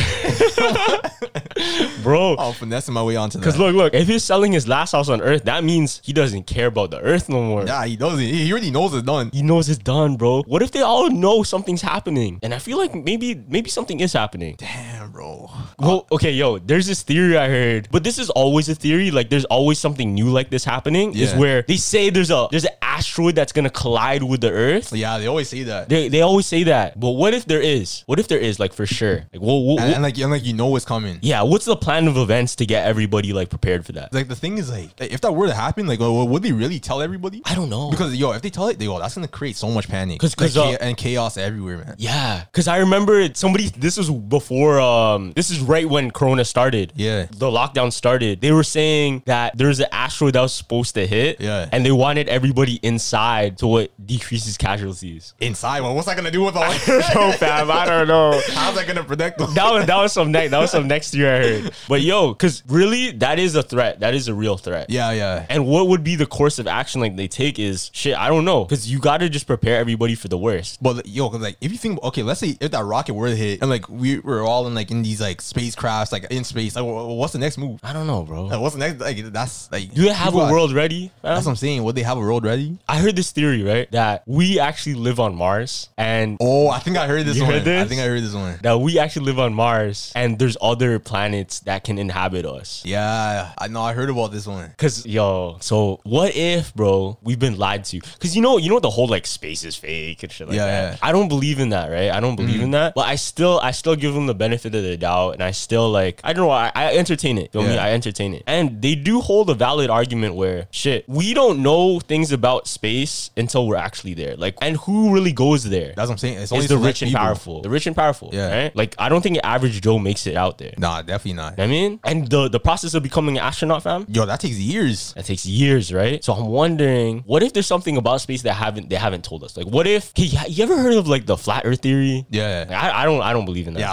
Speaker 1: bro.
Speaker 2: I'm finessing my way onto that.
Speaker 1: Because look, look, if he's selling his last house on Earth, that means he doesn't care about the Earth no more.
Speaker 2: yeah, he doesn't. He he already knows it's done.
Speaker 1: He knows it's done, bro. What if they all know something's happening? And I feel like maybe maybe something is happening.
Speaker 2: Damn, bro.
Speaker 1: Well, okay, yo, there's this theory I heard, but this is always a theory. Like, there's always something new like this happening. Is
Speaker 2: Yeah.
Speaker 1: where they say there's a there's an asteroid that's gonna collide with the Earth?
Speaker 2: Yeah, they always say that.
Speaker 1: They, they always say that. But what if there is? What if there is like for sure? Like what, what,
Speaker 2: and, and like and like you know what's coming.
Speaker 1: yeah, what's the plan of events to get everybody like prepared for that?
Speaker 2: Like the thing is like if that were to happen, like well, would they really tell everybody?
Speaker 1: I don't know.
Speaker 2: Because yo, if they tell it, they go, that's gonna create so much panic.
Speaker 1: 'Cause- 'cause,
Speaker 2: Like,
Speaker 1: uh,
Speaker 2: cha- and chaos everywhere, man.
Speaker 1: Yeah, because I remember it- somebody. This was before. Um, this is right when Corona started.
Speaker 2: Yeah.
Speaker 1: the lockdown started. They were saying that there's an asteroid that was supposed to hit.
Speaker 2: Yeah.
Speaker 1: and they wanted everybody inside to what decreases casualties.
Speaker 2: Inside, well, what's that gonna do with all?
Speaker 1: Yo, fam, I don't know.
Speaker 2: How's that gonna protect them?
Speaker 1: That was that was some next that was some next year I heard. But yo, because really, that is a threat. That is a real threat.
Speaker 2: yeah, yeah.
Speaker 1: And what would be the course of action like they take is shit. I don't know because you got to just prepare everybody for the worst.
Speaker 2: But like, yo, 'cause, like if you think, okay, let's say if that rocket were to hit, and like we were all in like in these like spacecrafts, like in space, like wh- wh- what's the next move?
Speaker 1: I don't know, bro.
Speaker 2: Like, what's the next? Like that's like
Speaker 1: Do they have
Speaker 2: people
Speaker 1: a
Speaker 2: are-
Speaker 1: world ready? fam?
Speaker 2: That's what I'm saying. Would they have a world ready?
Speaker 1: I heard this theory, right? That we actually live on Mars and
Speaker 2: Oh, I think I heard this
Speaker 1: You
Speaker 2: one.
Speaker 1: heard this?
Speaker 2: I think I heard this one.
Speaker 1: that we actually live on Mars and there's other planets that can inhabit us.
Speaker 2: Yeah, I know. I heard about this one.
Speaker 1: Cause yo, so what if, bro, we've been lied to? Cause you know, you know the whole like space is fake and shit like
Speaker 2: Yeah,
Speaker 1: that.
Speaker 2: yeah. Mm.
Speaker 1: I don't believe in that, right? I don't believe in that. But I still, I still give them the benefit of the doubt, and I still like, I don't know, I, I entertain it. Feel me?
Speaker 2: Yeah.
Speaker 1: I entertain it, and they do hold a valid argument where shit, we don't know things about space until we're actually there. Like, and who really goes there?
Speaker 2: That's what I'm saying. It's
Speaker 1: It's
Speaker 2: only
Speaker 1: the
Speaker 2: select
Speaker 1: rich and
Speaker 2: people.
Speaker 1: powerful. The rich and powerful.
Speaker 2: Yeah.
Speaker 1: Right? Like I don't think average Joe makes it out there.
Speaker 2: Nah, definitely not.
Speaker 1: I mean, and the the process of becoming an astronaut, fam.
Speaker 2: Yo, that takes years.
Speaker 1: That takes years, right? So I'm wondering, what if there's something about space that haven't they haven't told us? Like, what if? Okay, you- you ever heard of like the flat Earth theory?
Speaker 2: Yeah.
Speaker 1: Like, I, I don't. I don't believe in that.
Speaker 2: Yeah,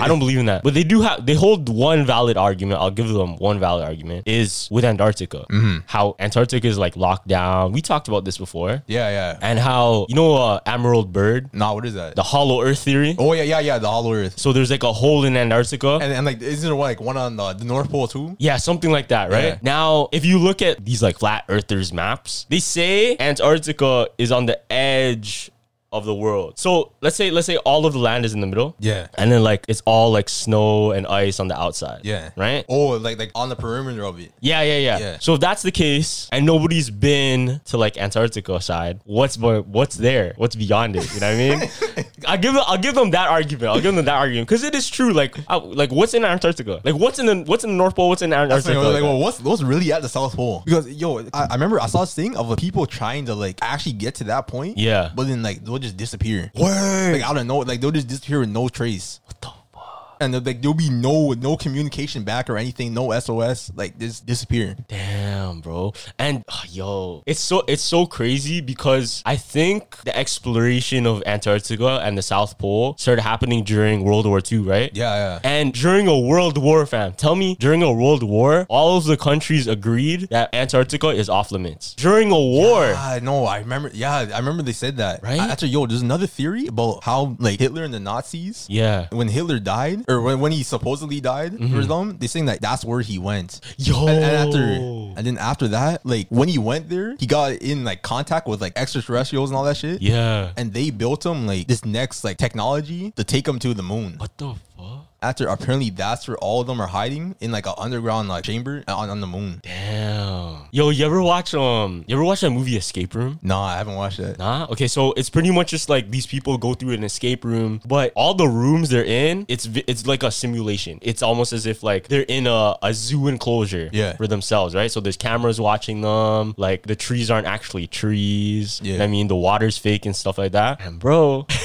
Speaker 1: I don't believe in that. But they do have, they hold one valid argument. I'll give them one valid argument is with Antarctica.
Speaker 2: Mm-hmm.
Speaker 1: How Antarctica is like locked down. We talked about this before.
Speaker 2: yeah, yeah.
Speaker 1: And how, you know, uh, Emerald Bird,
Speaker 2: Nah, what is that?
Speaker 1: the hollow earth theory.
Speaker 2: oh yeah, yeah, yeah. The Hollow Earth.
Speaker 1: So there's like a hole in Antarctica.
Speaker 2: And, and like, isn't there one like one on the, the North Pole too?
Speaker 1: Yeah, something like that, right?
Speaker 2: Yeah.
Speaker 1: Now, if you look at these like flat earthers maps, they say Antarctica is on the edge of the world. So let's say let's say all of the land is in the middle.
Speaker 2: Yeah.
Speaker 1: And then like it's all like snow and ice on the outside.
Speaker 2: Yeah.
Speaker 1: Right?
Speaker 2: Oh, like like on the perimeter of it.
Speaker 1: Yeah, yeah, yeah,
Speaker 2: Yeah.
Speaker 1: So if that's the case, and nobody's been to like Antarctica side, what's bo- what's there? What's beyond it? You know what I mean? I give I'll give them that argument. I'll give them that argument because it is true. Like I, like what's in Antarctica? Like what's in the what's in the North Pole? What's in
Speaker 2: That's
Speaker 1: Antarctica?
Speaker 2: like, like,
Speaker 1: Like,
Speaker 2: well, what's what's really at the South Pole? Because yo, I, I remember I saw this thing of like, people trying to like actually get to that point.
Speaker 1: Yeah.
Speaker 2: But then like they'll just disappear. Word. Like I don't know. Like they'll just disappear with no trace. What the fuck? And like there'll be no no communication back or anything. No SOS. Like just disappear.
Speaker 1: Damn, bro. And ah, yo, it's so it's so crazy because I think the exploration of Antarctica and the South Pole started happening during World War II, right?
Speaker 2: Yeah, yeah.
Speaker 1: And during a world war, fam, tell me, during a world war, all of the countries agreed that Antarctica is off limits. During a war,
Speaker 2: Ah, no, I remember. Yeah, I remember they said that.
Speaker 1: Right?
Speaker 2: I, actually, yo, there's another theory about how like Hitler and the Nazis.
Speaker 1: Yeah.
Speaker 2: When Hitler died, or when, when he supposedly died for them, they saying that that's where he went.
Speaker 1: Mm-hmm. Yo.
Speaker 2: And, and after, and then after that, like when he went there, he got in like contact with like extraterrestrials and all that shit.
Speaker 1: yeah.
Speaker 2: And they built him like this next like technology to take him to the moon.
Speaker 1: What the fuck?
Speaker 2: After apparently that's where all of them are hiding in like an underground like chamber on, on the moon.
Speaker 1: Damn. Yo, you ever watch um you ever watch that movie Escape Room?
Speaker 2: No, I haven't watched that.
Speaker 1: Nah. Okay, so it's pretty much just like these people go through an escape room, but all the rooms they're in, it's vi- it's like a simulation. It's almost as if like they're in a, a zoo enclosure
Speaker 2: Yeah.
Speaker 1: for themselves, right? So there's cameras watching them. Like the trees aren't actually trees. You know
Speaker 2: Yeah.
Speaker 1: what I mean, the water's fake and stuff like that. And bro.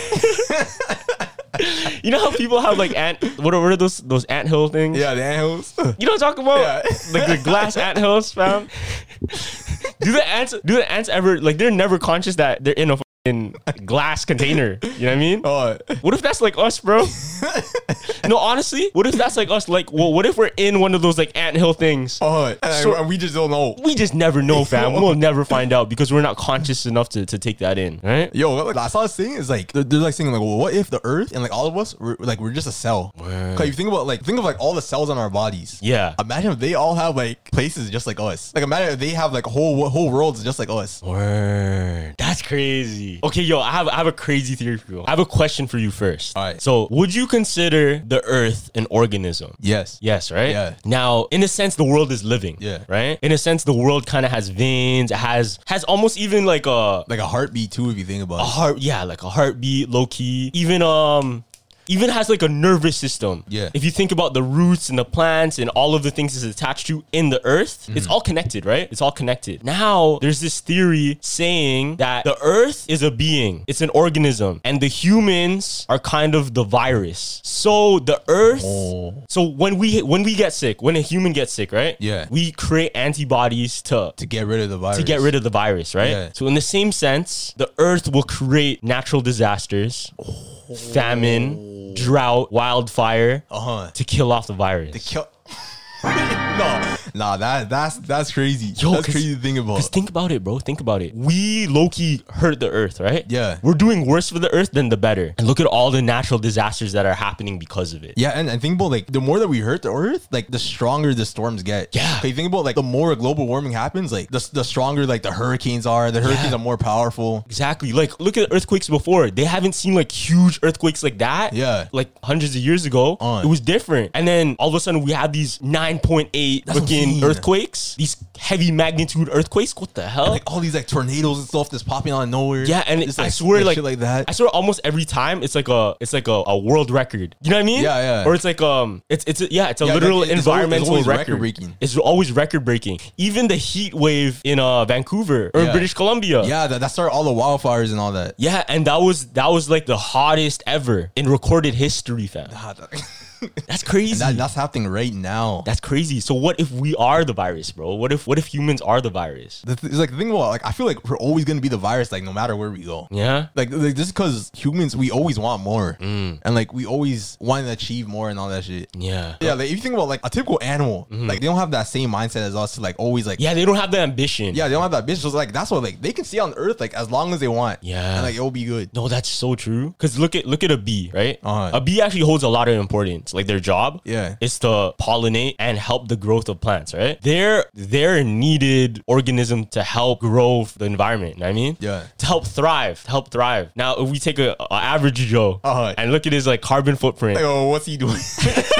Speaker 1: You know how people have like ant what are, what are those those ant hill things?
Speaker 2: Yeah, the animals.
Speaker 1: You know what I'm talking about?
Speaker 2: Yeah.
Speaker 1: Like the glass ant hills, fam. do the ants do the ants ever like they're never conscious that they're in a fucking glass container. You know what I mean?
Speaker 2: oh,
Speaker 1: What if that's like us, bro? no, honestly, what if that's like us? Like, well, what if we're in one of those like ant hill things?
Speaker 2: oh, and
Speaker 1: So-
Speaker 2: and we just don't know.
Speaker 1: We just never know, fam. We'll never find out because we're not conscious enough to, to take that in, right?
Speaker 2: Yo, like, I saw this thing. It's like they're, they're like saying like, well, what if the Earth and like all of us, we're, like we're just a cell. Like you think about like think of like all the cells on our bodies.
Speaker 1: Yeah.
Speaker 2: Imagine if they all have like places just like us. Like imagine if they have like whole whole worlds just like us.
Speaker 1: Word. That's crazy. crazy. Okay, yo, I have I have a crazy theory for you. I have a question for you first.
Speaker 2: All right.
Speaker 1: So, would you consider the Earth an organism?
Speaker 2: Yes.
Speaker 1: Yes, right?
Speaker 2: Yeah.
Speaker 1: Now, in a sense, the world is living.
Speaker 2: Yeah.
Speaker 1: Right? In a sense, the world kind of has veins, it has has almost even like a
Speaker 2: Like a heartbeat too, if you think about
Speaker 1: a
Speaker 2: it.
Speaker 1: heart yeah like a heartbeat low key even um even has like a nervous system
Speaker 2: Yeah.
Speaker 1: if you think about the roots and the plants and all of the things it's attached to in the earth
Speaker 2: Mm-hmm.
Speaker 1: it's all connected right it's all connected now there's this theory saying that the earth is a being it's an organism and the humans are kind of the virus so the earth
Speaker 2: Oh.
Speaker 1: so when we when we get sick when a human gets sick right
Speaker 2: Yeah.
Speaker 1: we create antibodies to
Speaker 2: To get rid of the virus.
Speaker 1: to get rid of the virus, right?
Speaker 2: Yeah.
Speaker 1: So in the same sense, the earth will create natural disasters,
Speaker 2: Oh.
Speaker 1: famine, drought, wildfire
Speaker 2: Uh-huh.
Speaker 1: to kill off the virus.
Speaker 2: the kill. no, nah, that that's that's crazy. that's crazy to think about.
Speaker 1: Because think about it, bro. Think about it. We Loki hurt the earth, right?
Speaker 2: Yeah.
Speaker 1: We're doing worse for the earth than the better. And look at all the natural disasters that are happening because of it.
Speaker 2: yeah, and, and think about like the more that we hurt the earth, like the stronger the storms get.
Speaker 1: Yeah.
Speaker 2: 'Cause you think about like the more global warming happens, like the, the stronger like the hurricanes are. The hurricanes are more powerful.
Speaker 1: Exactly. Like, look at earthquakes before. They haven't seen like huge earthquakes like that.
Speaker 2: Yeah.
Speaker 1: Like hundreds of years ago.
Speaker 2: On.
Speaker 1: It was different. And then all of a sudden we have these 9.8
Speaker 2: That's what I'm
Speaker 1: fucking
Speaker 2: saying.
Speaker 1: earthquakes, these heavy magnitude earthquakes. What the hell?
Speaker 2: Like all these like tornadoes and stuff that's popping out of nowhere.
Speaker 1: yeah, and
Speaker 2: Just,
Speaker 1: I swear, like,
Speaker 2: shit like that.
Speaker 1: I swear, almost every time it's like a, it's like a, a world record. You know what I mean?
Speaker 2: Yeah, yeah.
Speaker 1: Or it's like um, it's it's a, yeah, it's a
Speaker 2: Yeah,
Speaker 1: literal
Speaker 2: it's always- it's
Speaker 1: environmental
Speaker 2: always
Speaker 1: record.
Speaker 2: record-breaking.
Speaker 1: It's always record breaking. Even the heat wave in uh Vancouver or
Speaker 2: Yeah.
Speaker 1: British Columbia.
Speaker 2: yeah, that, that started all the wildfires and all that.
Speaker 1: Yeah, and that was that was like the hottest ever in recorded history, fam.
Speaker 2: Ah, that-
Speaker 1: That's crazy.
Speaker 2: and that- that's happening right now.
Speaker 1: that's crazy. So what if we are the virus, bro? What if what if humans are the virus?
Speaker 2: The th- it's like the thing about like I feel like we're always gonna be the virus, like no matter where we go.
Speaker 1: Yeah.
Speaker 2: Like, like just because humans, we always want more,
Speaker 1: Mm.
Speaker 2: and like we always want to achieve more and all that shit.
Speaker 1: Yeah.
Speaker 2: Yeah, like if you think about like a typical animal, like they don't have that same mindset as us to like always like
Speaker 1: Mm-hmm. Yeah, they don't have the ambition.
Speaker 2: yeah they don't have that bitch. So like that's what like they can stay on Earth like as long as they want.
Speaker 1: Yeah.
Speaker 2: and like it will be good.
Speaker 1: No, that's so true. Cause look at look at a bee, right?
Speaker 2: Uh-huh.
Speaker 1: A bee actually holds a lot of importance. Like their job,
Speaker 2: Yeah.
Speaker 1: is to pollinate and help the growth of plants, right? They're they're a needed organism to help grow the environment. You know what I mean,
Speaker 2: Yeah.
Speaker 1: to help thrive, to help thrive. Now, if we take a, a average Joe
Speaker 2: Uh-huh.
Speaker 1: and look at his like carbon footprint.
Speaker 2: Like, oh, what's he doing?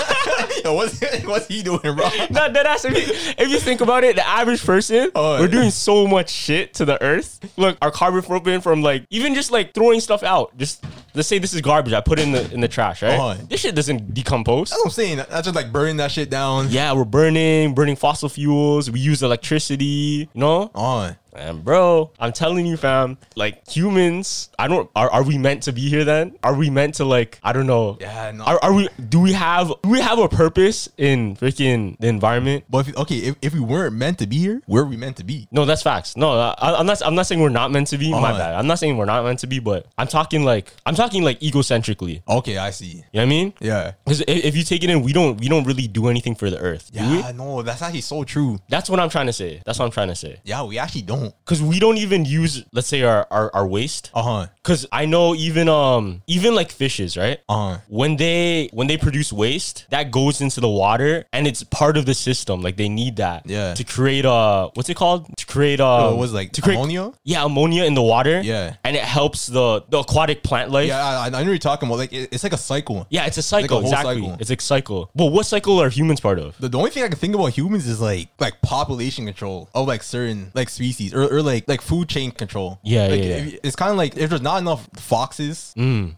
Speaker 2: Yo, what's what's he doing, bro?
Speaker 1: No, that ass. If you, if you think about it, the average person,
Speaker 2: Uh-huh.
Speaker 1: we're doing so much shit to the earth. Look, our carbon footprint from like even just like throwing stuff out. Just let's say this is garbage. I put it in the in the trash, right?
Speaker 2: Uh-huh.
Speaker 1: This shit doesn't decompose.
Speaker 2: That's what I'm saying. That's just like burning that shit down.
Speaker 1: Yeah, we're burning, burning fossil fuels. We use electricity, you know.
Speaker 2: On.
Speaker 1: And bro, I'm telling you, fam, like humans, I don't. Are, are we meant to be here? Then are we meant to like? I don't know.
Speaker 2: Yeah, no.
Speaker 1: Are, are we? Do we have? Do we have a purpose in freaking the environment?
Speaker 2: But if, okay, if, if we weren't meant to be here, where are we meant to be?
Speaker 1: No, that's facts. No, I, I'm not. I'm not saying we're not meant to be. My
Speaker 2: Uh-huh.
Speaker 1: bad. I'm not saying we're not meant to be, but I'm talking like I'm talking like egocentrically.
Speaker 2: Okay, I see.
Speaker 1: You know what I mean?
Speaker 2: Yeah.
Speaker 1: Because if, if you take it in, we don't we don't really do anything for the earth. do we?
Speaker 2: Yeah, no, that's actually so true.
Speaker 1: That's what I'm trying to say. That's what I'm trying to say.
Speaker 2: Yeah, we actually don't.
Speaker 1: Because we don't even use, let's say, our our, our waste.
Speaker 2: Uh huh.
Speaker 1: Because I know even um even like fishes, right?
Speaker 2: Uh-huh.
Speaker 1: When they when they produce waste, that goes into the water and it's part of the system. Like they need that.
Speaker 2: Yeah. Oh,
Speaker 1: To create uh what's it called? To create uh
Speaker 2: it was like
Speaker 1: to create
Speaker 2: ammonia?
Speaker 1: Yeah, ammonia in the water.
Speaker 2: Yeah.
Speaker 1: And it helps the the aquatic plant life.
Speaker 2: Yeah, I, I know what you're talking about. Like, it- it's like a cycle.
Speaker 1: Yeah, it's a cycle.
Speaker 2: whole
Speaker 1: exactly.
Speaker 2: cycle.
Speaker 1: It's a cycle. But what cycle are humans part of?
Speaker 2: The, the only thing I can think about humans is like like population control of like certain like species or, or like like food chain control.
Speaker 1: Yeah, yeah,
Speaker 2: like,
Speaker 1: Mm. yeah.
Speaker 2: if- It's kind of like if there's not enough foxes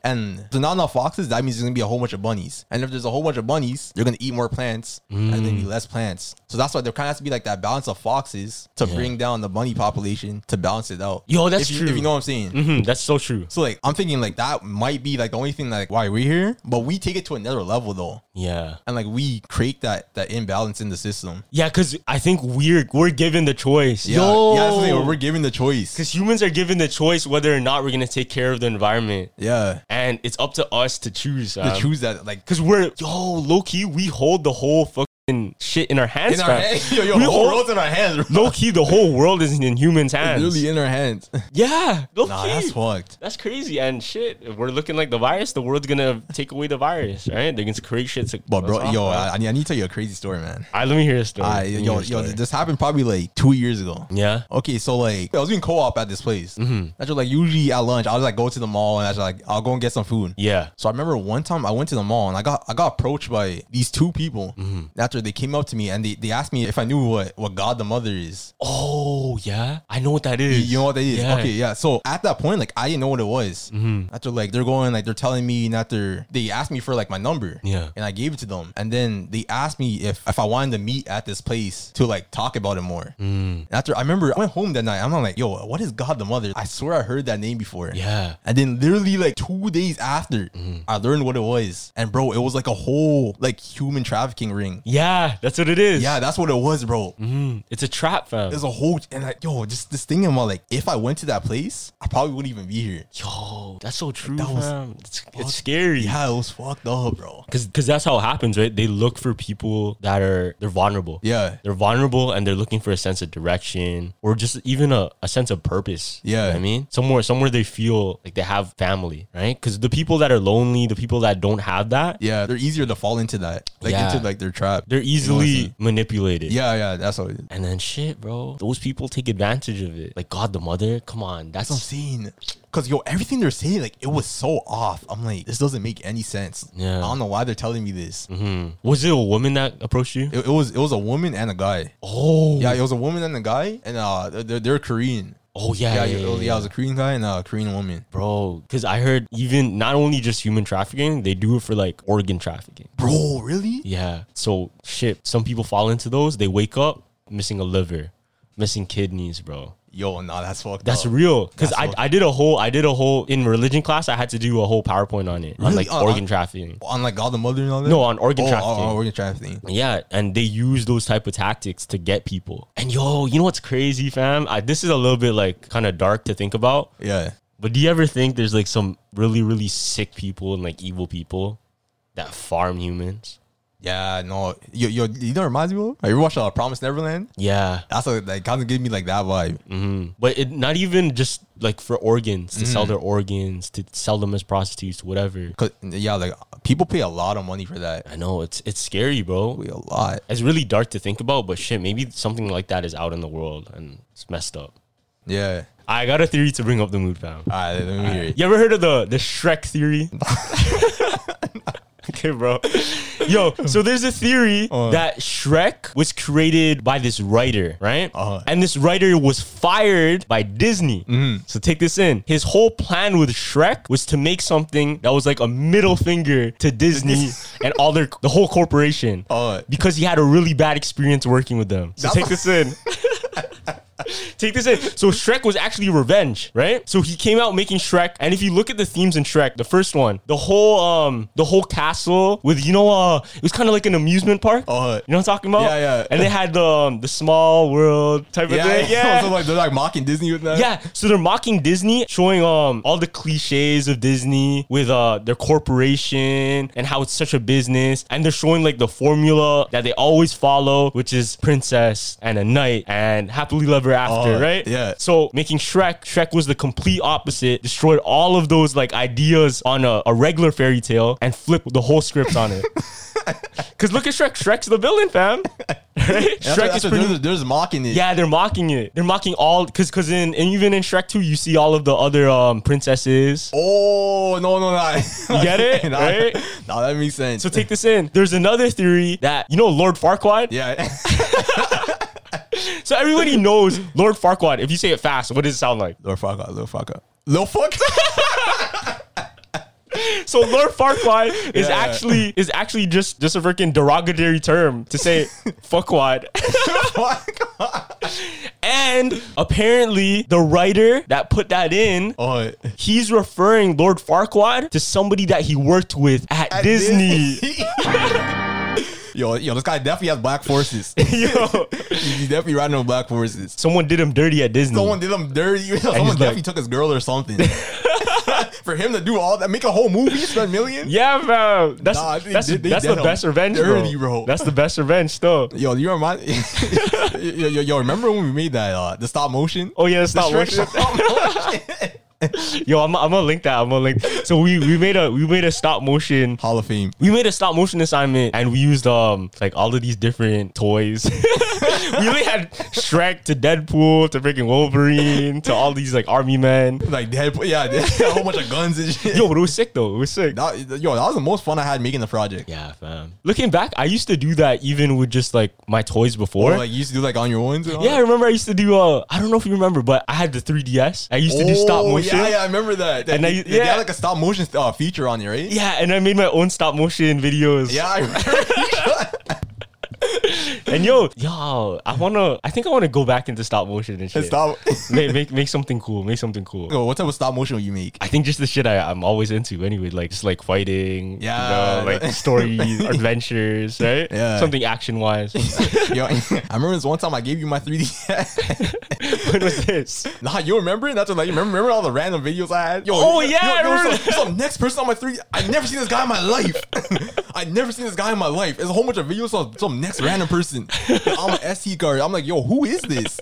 Speaker 2: and there's not enough foxes, that means there's gonna be a whole bunch of bunnies. And if there's a whole bunch of bunnies, they're gonna eat more plants and
Speaker 1: Mm.
Speaker 2: then be less plants. So that's why there kind of has to be like that balance of foxes to bring down the bunny population to balance it out.
Speaker 1: Yo, that's
Speaker 2: if you,
Speaker 1: true.
Speaker 2: If you know what I'm saying.
Speaker 1: Hmm, that's so true.
Speaker 2: So like I'm thinking like that might be like the only thing like why we're here, but we take it to another level though,
Speaker 1: Yeah.
Speaker 2: and like we create that that imbalance in the system.
Speaker 1: Yeah, because I think we're we're given the choice.
Speaker 2: Yeah,
Speaker 1: Yo.
Speaker 2: yeah, that's the thing, we're given the
Speaker 1: Because
Speaker 2: choice.
Speaker 1: humans are given the choice whether or not we're gonna take care of the environment,
Speaker 2: Yeah,
Speaker 1: and it's up to us to choose. um,
Speaker 2: to choose that like
Speaker 1: Because we're yo low key, we hold the whole fuck fucking shit in our hands.
Speaker 2: In our
Speaker 1: fam.
Speaker 2: hands, yo, yo,
Speaker 1: We
Speaker 2: the whole
Speaker 1: all-
Speaker 2: world's in our hands, bro.
Speaker 1: Low key, the whole world is in humans' hands.
Speaker 2: Literally in our hands.
Speaker 1: yeah, low
Speaker 2: Nah,
Speaker 1: key.
Speaker 2: that's fucked.
Speaker 1: That's crazy and shit. If we're looking like the virus, the world's gonna take away the virus, right? They're gonna create shit. To,
Speaker 2: But bro,
Speaker 1: That's
Speaker 2: yo,
Speaker 1: awful.
Speaker 2: I, I need I need to tell you a crazy story, man.
Speaker 1: All right, let me hear a story.
Speaker 2: I,
Speaker 1: Let me
Speaker 2: yo,
Speaker 1: hear a
Speaker 2: yo,
Speaker 1: story.
Speaker 2: this happened probably like two years ago.
Speaker 1: Yeah.
Speaker 2: Okay, so like I was doing co-op at this place. Mm-hmm. I just like usually at lunch, I was like go to the mall and I was like I'll go and get some food.
Speaker 1: yeah.
Speaker 2: So I remember one time I went to the mall and I got I got approached by these two people
Speaker 1: Mm-hmm.
Speaker 2: after they came up to me and they, they asked me if I knew what, what God the Mother is.
Speaker 1: Oh yeah, I know what that
Speaker 2: You-
Speaker 1: is.
Speaker 2: You know what that is?
Speaker 1: Yeah. Mm-hmm.
Speaker 2: Okay, yeah. So at that point, like I didn't know what it was. After like they're going, like they're telling me, and after they asked me for like my number,
Speaker 1: Yeah.
Speaker 2: and I gave it to them, and then they asked me if if I wanted to meet at this place to like talk about it more.
Speaker 1: Mm.
Speaker 2: And after I remember, I went home that night. I'm like, yo, what is God the Mother? I swear I heard that name before.
Speaker 1: Yeah. Mm-hmm.
Speaker 2: And then literally like two days after, I learned what it was, and bro, it was like a whole like human trafficking ring.
Speaker 1: Yeah, that's what it is.
Speaker 2: Yeah, that's what it was, bro.
Speaker 1: it's a trap, fam.
Speaker 2: There's a whole and like yo, just this thing in my like, if I went to that place, I probably wouldn't even be here.
Speaker 1: Yo, that's so true,
Speaker 2: that was-
Speaker 1: fam. It's, it's scary.
Speaker 2: Yeah, it was fucked up, bro.
Speaker 1: Cause, Cause, that's how it happens, right? They look for people that are they're vulnerable.
Speaker 2: Yeah.
Speaker 1: they're vulnerable, and they're looking for a sense of direction or just even a, a sense of purpose. You know
Speaker 2: Yeah.
Speaker 1: what I mean, somewhere somewhere they feel like they have family, right? Because the people that are lonely, the people that don't have that,
Speaker 2: Yeah, they're easier to fall into that, like
Speaker 1: Yeah.
Speaker 2: into like their trap.
Speaker 1: they're easily
Speaker 2: You know,
Speaker 1: manipulated.
Speaker 2: yeah, yeah, that's what, that's what
Speaker 1: and then shit, bro, those people take advantage of it. Like God, the mother, come on, that's
Speaker 2: I'm saying. Cause yo, everything they're saying, like it was so off. I'm like, this doesn't make any sense.
Speaker 1: Yeah. Mm-hmm.
Speaker 2: I don't know why they're telling me this.
Speaker 1: was it a woman that approached you?
Speaker 2: It, it was it was a woman and a guy.
Speaker 1: oh,
Speaker 2: Yeah, it was a woman and a guy, and uh, they're, they're Korean.
Speaker 1: oh yeah,
Speaker 2: Yeah,
Speaker 1: yeah,
Speaker 2: yeah, it was,
Speaker 1: yeah,
Speaker 2: yeah, it was a Korean guy and a Korean woman.
Speaker 1: bro. Because I heard even not only just human trafficking, they do it for like organ trafficking.
Speaker 2: Bro, really?
Speaker 1: Yeah. So shit, some people fall into those. They wake up missing a liver, missing kidneys, bro.
Speaker 2: Yo, nah, that's fucked.
Speaker 1: That's
Speaker 2: up.
Speaker 1: real. Because
Speaker 2: Oh, That's
Speaker 1: I,
Speaker 2: what-
Speaker 1: I did a whole I did a whole in religion class. I had to do a whole PowerPoint on it on
Speaker 2: Really? Oh,
Speaker 1: like
Speaker 2: On-
Speaker 1: organ
Speaker 2: on-
Speaker 1: trafficking.
Speaker 2: on like all the mother and all that.
Speaker 1: No, on organ
Speaker 2: Oh, oh,
Speaker 1: trafficking.
Speaker 2: oh, organ trafficking.
Speaker 1: Yeah, and they use those type of tactics to get people. And yo, you know what's crazy, fam? I, this is a little bit like kind of dark to think about.
Speaker 2: Yeah.
Speaker 1: But do you ever think there's like some really, really sick people and like evil people that farm humans?
Speaker 2: Yeah, no, yo, yo, you know, what reminds me of. Have you watched uh, Promise Neverland?
Speaker 1: Yeah.
Speaker 2: That's what like kind of gave me like that vibe.
Speaker 1: Mm-hmm. Hmm. But it, not even just like for organs, to sell their organs, to sell them as prostitutes, whatever.
Speaker 2: Cause yeah, like people pay a lot of money for that.
Speaker 1: I know it's it's scary, bro.
Speaker 2: Pay a lot.
Speaker 1: It's really dark to think about, but shit, maybe something like that is out in the world and it's messed up.
Speaker 2: Yeah.
Speaker 1: I got a theory to bring up the mood, fam.
Speaker 2: All right, let me hear it.
Speaker 1: You ever heard of the the Shrek theory? okay, bro. Yo, so there's a theory that Shrek was created by this writer, right?
Speaker 2: Uh-huh.
Speaker 1: And this writer was fired by Disney. So take this in. His whole plan with Shrek was to make something that was like a middle finger to Disney and all their the whole corporation.
Speaker 2: Uh.
Speaker 1: because he had a really bad experience working with them. So
Speaker 2: That's-
Speaker 1: take this in. Take this in. So Shrek was actually revenge, right? So he came out making Shrek, and if you look at the themes in Shrek, the first one, the whole um, the whole castle with you know, uh, it was kind of like an amusement park.
Speaker 2: Uh-huh.
Speaker 1: you know what I'm talking about?
Speaker 2: Yeah, yeah.
Speaker 1: And they had the um, the small world type of
Speaker 2: Yeah,
Speaker 1: thing. Yeah.
Speaker 2: so like they're like mocking Disney with that.
Speaker 1: Yeah, so they're mocking Disney, showing um all the cliches of Disney with uh their corporation and how it's such a business, and they're showing like the formula that they always follow, which is princess and a knight and happily ever after,
Speaker 2: Oh,
Speaker 1: right?
Speaker 2: yeah.
Speaker 1: So making Shrek, Shrek was the complete opposite, destroyed all of those like ideas on a, a regular fairy tale and flipped the whole script on it. Cause look at Shrek. Shrek's the villain, fam. Right?
Speaker 2: That's what- that's what they're, they're just mocking it.
Speaker 1: Yeah, they're mocking it. They're mocking all because because in and even in Shrek 2, you see all of the other um princesses.
Speaker 2: Oh no no no!
Speaker 1: You get it?
Speaker 2: nah,
Speaker 1: Right?
Speaker 2: nah, that makes sense.
Speaker 1: So take this in. There's another theory that you know Lord Farquaad.
Speaker 2: yeah,
Speaker 1: So everybody knows Lord Farquaad. If you say it fast, what does it sound like?
Speaker 2: little fuck up, little fuck up, little fuck.
Speaker 1: So Lord Farquaad is
Speaker 2: Yeah.
Speaker 1: actually is actually just just a freaking derogatory term to say fuckwad. and apparently the writer that put that in
Speaker 2: oh,
Speaker 1: he's referring Lord Farquaad to somebody that he worked with at, Disney.
Speaker 2: yo, yo, this guy definitely has black forces.
Speaker 1: Yo,
Speaker 2: He's definitely riding on black forces.
Speaker 1: someone did him dirty at Disney.
Speaker 2: Someone did him dirty. Someone
Speaker 1: he's like-
Speaker 2: definitely took his girl or something. For him to do all that, make a whole movie, spend millions.
Speaker 1: Yeah, bro. That's
Speaker 2: Nah, I think
Speaker 1: that's,
Speaker 2: they- they
Speaker 1: that's
Speaker 2: did
Speaker 1: the
Speaker 2: him
Speaker 1: best revenge, bro.
Speaker 2: dirty, bro.
Speaker 1: That's the best revenge, though.
Speaker 2: Yo, you remind yo, yo, yo, remember when we made that uh the stop motion?
Speaker 1: Oh yeah, stop
Speaker 2: Shrek
Speaker 1: watching. Yo, I'm, I'm gonna link that. I'm gonna link. So we we made a we made a stop motion.
Speaker 2: Hall of Fame.
Speaker 1: We made a stop motion assignment and we used um like all of these different toys. we really had Shrek to Deadpool to freaking Wolverine to all these like army men.
Speaker 2: Like Deadpool, yeah, they had a whole bunch of guns and shit.
Speaker 1: Yo, but it was sick though. It was sick.
Speaker 2: That, yo, that was the most fun I had making the project.
Speaker 1: Yeah, fam. Looking back, I used to do that even with just like my toys before.
Speaker 2: Or like you used to do like on your ones. and all
Speaker 1: yeah, I
Speaker 2: that?
Speaker 1: remember I used to do. Uh, I don't know if you remember, but I had the 3ds. I used to do stop
Speaker 2: Oh,
Speaker 1: motion.
Speaker 2: Yeah, yeah, I remember that.
Speaker 1: And I-
Speaker 2: they, they
Speaker 1: yeah.
Speaker 2: had like a stop motion uh, feature on there, right?
Speaker 1: Yeah, and I made my own stop motion videos.
Speaker 2: yeah, I remember.
Speaker 1: and yo, yo, I wanna. I think I wanna go back into stop motion and shit.
Speaker 2: stop.
Speaker 1: make, make make something cool. Make something cool.
Speaker 2: Yo, what type of stop motion would you make?
Speaker 1: I think just the shit I, I'm always into anyway, like just like fighting,
Speaker 2: Yeah.
Speaker 1: you know, like stories, adventures, right?
Speaker 2: Yeah.
Speaker 1: Something action wise.
Speaker 2: Yo, I remember this one time I gave you my 3D.
Speaker 1: when was this?
Speaker 2: nah, you remember? it? That's what like you remember, remember all the random videos I had? Yo,
Speaker 1: Oh, yeah, I
Speaker 2: yo,
Speaker 1: remember
Speaker 2: some, some next person on my 3D. I never seen this guy in my life. I never seen this guy in my life. There's a whole bunch of videos of some next random person. I'm an SD card. I'm like, yo, who is this?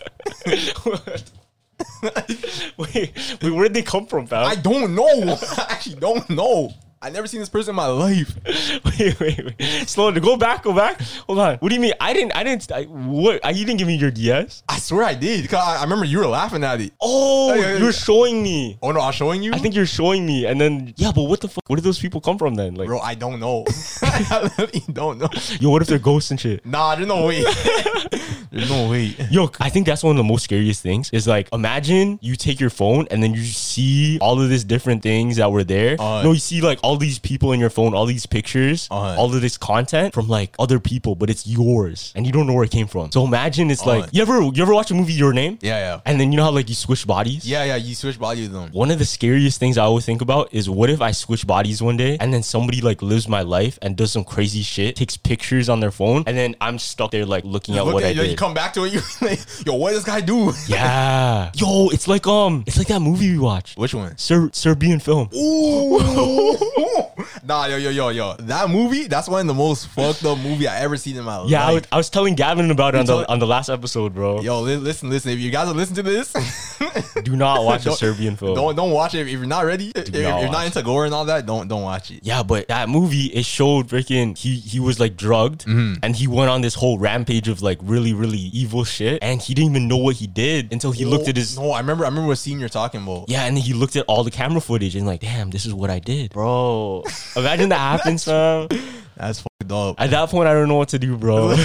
Speaker 1: Wait, wait, where did they come from, pal?
Speaker 2: I don't know. I actually don't know. I never seen this person in my life.
Speaker 1: wait, wait, wait. Slow down. Go back. Go back. Hold on. What do you mean? I didn't. I didn't. I, what? I, you didn't give me your DS.
Speaker 2: I swear I did. Cause I, I remember you were laughing at it.
Speaker 1: Oh,
Speaker 2: yeah, yeah,
Speaker 1: you're
Speaker 2: yeah.
Speaker 1: showing me.
Speaker 2: Oh no, I'm showing you.
Speaker 1: I think you're showing me, and then yeah, but what the fuck? Where did those people come from then? Like,
Speaker 2: bro, I don't know. I literally don't know.
Speaker 1: yo, what if they're ghosts and shit?
Speaker 2: Nah, there's no way. there's no way.
Speaker 1: Yo, I think that's one of the most scariest things is like imagine you take your phone and then you see all of these different things that were there.
Speaker 2: Uh-huh.
Speaker 1: no, you see like all these people in your phone, all these pictures,
Speaker 2: Uh-huh.
Speaker 1: all of this content from like other people, but it's yours and you don't know where it came from. So imagine it's
Speaker 2: Uh-huh.
Speaker 1: like you ever you ever watch a movie Your Name?
Speaker 2: Yeah, yeah.
Speaker 1: And then you know how like you squish bodies?
Speaker 2: Yeah, yeah, you switch body with them.
Speaker 1: One of the scariest things I always think about is what if I switch bodies one day and then somebody like lives my life and does some crazy shit, takes pictures on their phone, and then I'm stuck there like looking at
Speaker 2: Look
Speaker 1: what
Speaker 2: at
Speaker 1: I
Speaker 2: yo,
Speaker 1: did.
Speaker 2: you come back to it, you like, yo, what does this guy do?
Speaker 1: Yeah. Yo, it's like um, it's like that movie we watched.
Speaker 2: Which one?
Speaker 1: Ser- Serbian film.
Speaker 2: Ooh. nah, yo, yo, yo, yo. That movie, that's one of the most fucked up movie I ever seen in my
Speaker 1: Yeah, I was,
Speaker 2: life.
Speaker 1: I was telling Gavin about it on
Speaker 2: told-
Speaker 1: the on the last episode, bro.
Speaker 2: Yo, li- listen, listen. If you guys are listening to this,
Speaker 1: Do not watch a
Speaker 2: Don't-
Speaker 1: Serbian film.
Speaker 2: don't don't watch it if you're not ready. If, if
Speaker 1: not
Speaker 2: you're
Speaker 1: watch
Speaker 2: not into gore and all that, don't don't watch it.
Speaker 1: Yeah, but that movie it showed freaking he he was like drugged
Speaker 2: Mm-hmm.
Speaker 1: and he went on this whole rampage of like really really evil shit and he didn't even know what he did until he looked
Speaker 2: No,
Speaker 1: at his
Speaker 2: No, I remember. I remember what scene you're talking about.
Speaker 1: yeah and then he looked at all the camera footage and like damn this is what I did, bro. Imagine that happens, fam.
Speaker 2: That's fucked up.
Speaker 1: At that point, I don't know what to do, bro.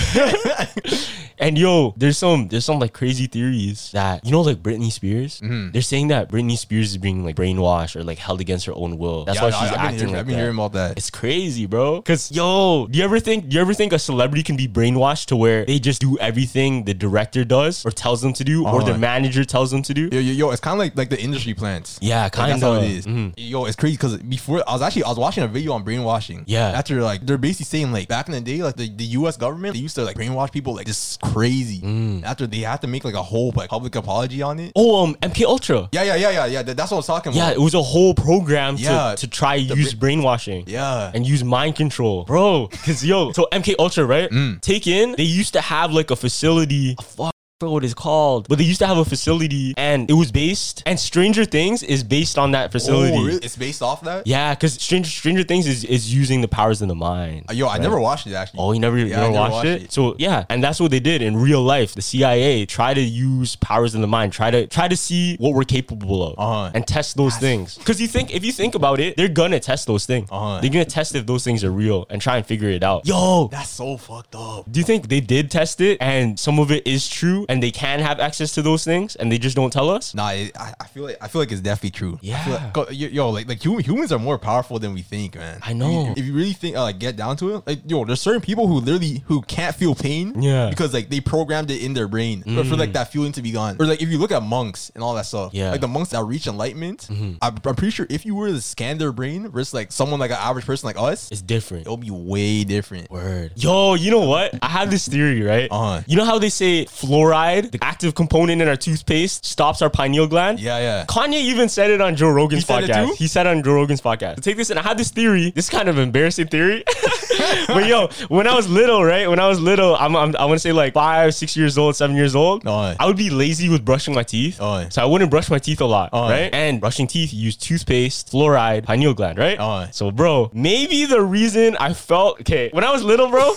Speaker 1: and yo, there's some there's some like crazy theories that you know like Britney Spears.
Speaker 2: Mm-hmm.
Speaker 1: They're saying that Britney Spears is being like brainwashed or like held against her own will. That's
Speaker 2: Yeah,
Speaker 1: why
Speaker 2: no,
Speaker 1: she's
Speaker 2: I've been
Speaker 1: acting
Speaker 2: hearing-
Speaker 1: like
Speaker 2: I've been
Speaker 1: that.
Speaker 2: hearing about that.
Speaker 1: It's crazy, bro. Cause yo, do you ever think do you ever think a celebrity can be brainwashed to where they just do everything the director does or tells them to do or
Speaker 2: Uh-huh.
Speaker 1: the manager tells them to do?
Speaker 2: Yo, yo, yo, it's kind of like like the industry plants.
Speaker 1: Yeah,
Speaker 2: Like, that's how
Speaker 1: kinda. Mm-hmm.
Speaker 2: it is. Yo, it's crazy because before I was actually I was watching a video on brainwashing.
Speaker 1: Yeah.
Speaker 2: after like they're basically saying like back in the day like the, the U.S. government they used to like brainwash people like just crazy.
Speaker 1: Mm.
Speaker 2: After they had to make like a whole like public apology on it.
Speaker 1: Oh, um, MK Ultra.
Speaker 2: Yeah, yeah, yeah, yeah, yeah. that- that's what I was talking
Speaker 1: Yeah,
Speaker 2: about.
Speaker 1: it was a whole program to,
Speaker 2: Yeah.
Speaker 1: to try use brainwashing.
Speaker 2: Yeah.
Speaker 1: And use mind control. Bro, cause yo, so MK Ultra, right? Take in, they used to have like a facility. I fuck I forgot what it's called. But they used to have a facility and it was based and Stranger Things is based on that facility.
Speaker 2: Oh, really? It's based off that.
Speaker 1: Yeah, because Stranger Stranger Things is, is using the powers in the mind.
Speaker 2: Uh, Yo, I never watched it actually.
Speaker 1: Oh, you never, you
Speaker 2: Yeah, I
Speaker 1: never
Speaker 2: never
Speaker 1: watched,
Speaker 2: watched
Speaker 1: it?
Speaker 2: it.
Speaker 1: So yeah, and that's what they did in real life. The CIA try to use powers in the mind, try to try to see what we're capable of,
Speaker 2: Uh-huh.
Speaker 1: and test those things. Because you think if you think about it, they're gonna test those things.
Speaker 2: Uh-huh.
Speaker 1: They're gonna test if those things are real and try and figure it out. Yo,
Speaker 2: That's so fucked up.
Speaker 1: do you think they did test it and some of it is true and they can have access to those things and they just don't tell us?
Speaker 2: Nah, it, I, I feel like I feel like it's definitely true. I feel
Speaker 1: Yeah.
Speaker 2: like, 'cause yo, yo, like like hum- humans are more powerful than we think, man.
Speaker 1: I know.
Speaker 2: If you, if you really think, uh, like, get down to it, like, yo, there's certain people who literally who can't feel pain,
Speaker 1: Yeah. Mm.
Speaker 2: because like they programmed it in their brain for- for like that feeling to be gone. Or like if you look at monks and all that stuff,
Speaker 1: Yeah. Mm-hmm.
Speaker 2: like the monks that reach enlightenment, I'm, I'm pretty sure if you were to scan their brain versus like someone like an average person like us,
Speaker 1: It's different.
Speaker 2: it'll be way different.
Speaker 1: Word. Yo, you know what? I have this theory, right?
Speaker 2: Uh-huh.
Speaker 1: You know how they say fluoride inside, the active component in our toothpaste stops our pineal gland.
Speaker 2: Yeah, yeah.
Speaker 1: Kanye even said it on Joe Rogan's
Speaker 2: He said it
Speaker 1: podcast.
Speaker 2: too?
Speaker 1: He said on Joe Rogan's podcast. Take this, and I had this theory. This is kind of embarrassing theory. but yo, when I was little, right? When I was little, I'm, I'm I want to say like five, six years old, seven years old.
Speaker 2: Aye.
Speaker 1: I would be lazy with brushing my teeth,
Speaker 2: Aye.
Speaker 1: so I wouldn't brush my teeth a lot,
Speaker 2: Aye.
Speaker 1: right? And brushing teeth, you use toothpaste, fluoride, pineal gland, right?
Speaker 2: Aye.
Speaker 1: So, bro, maybe the reason I felt okay when I was little, bro.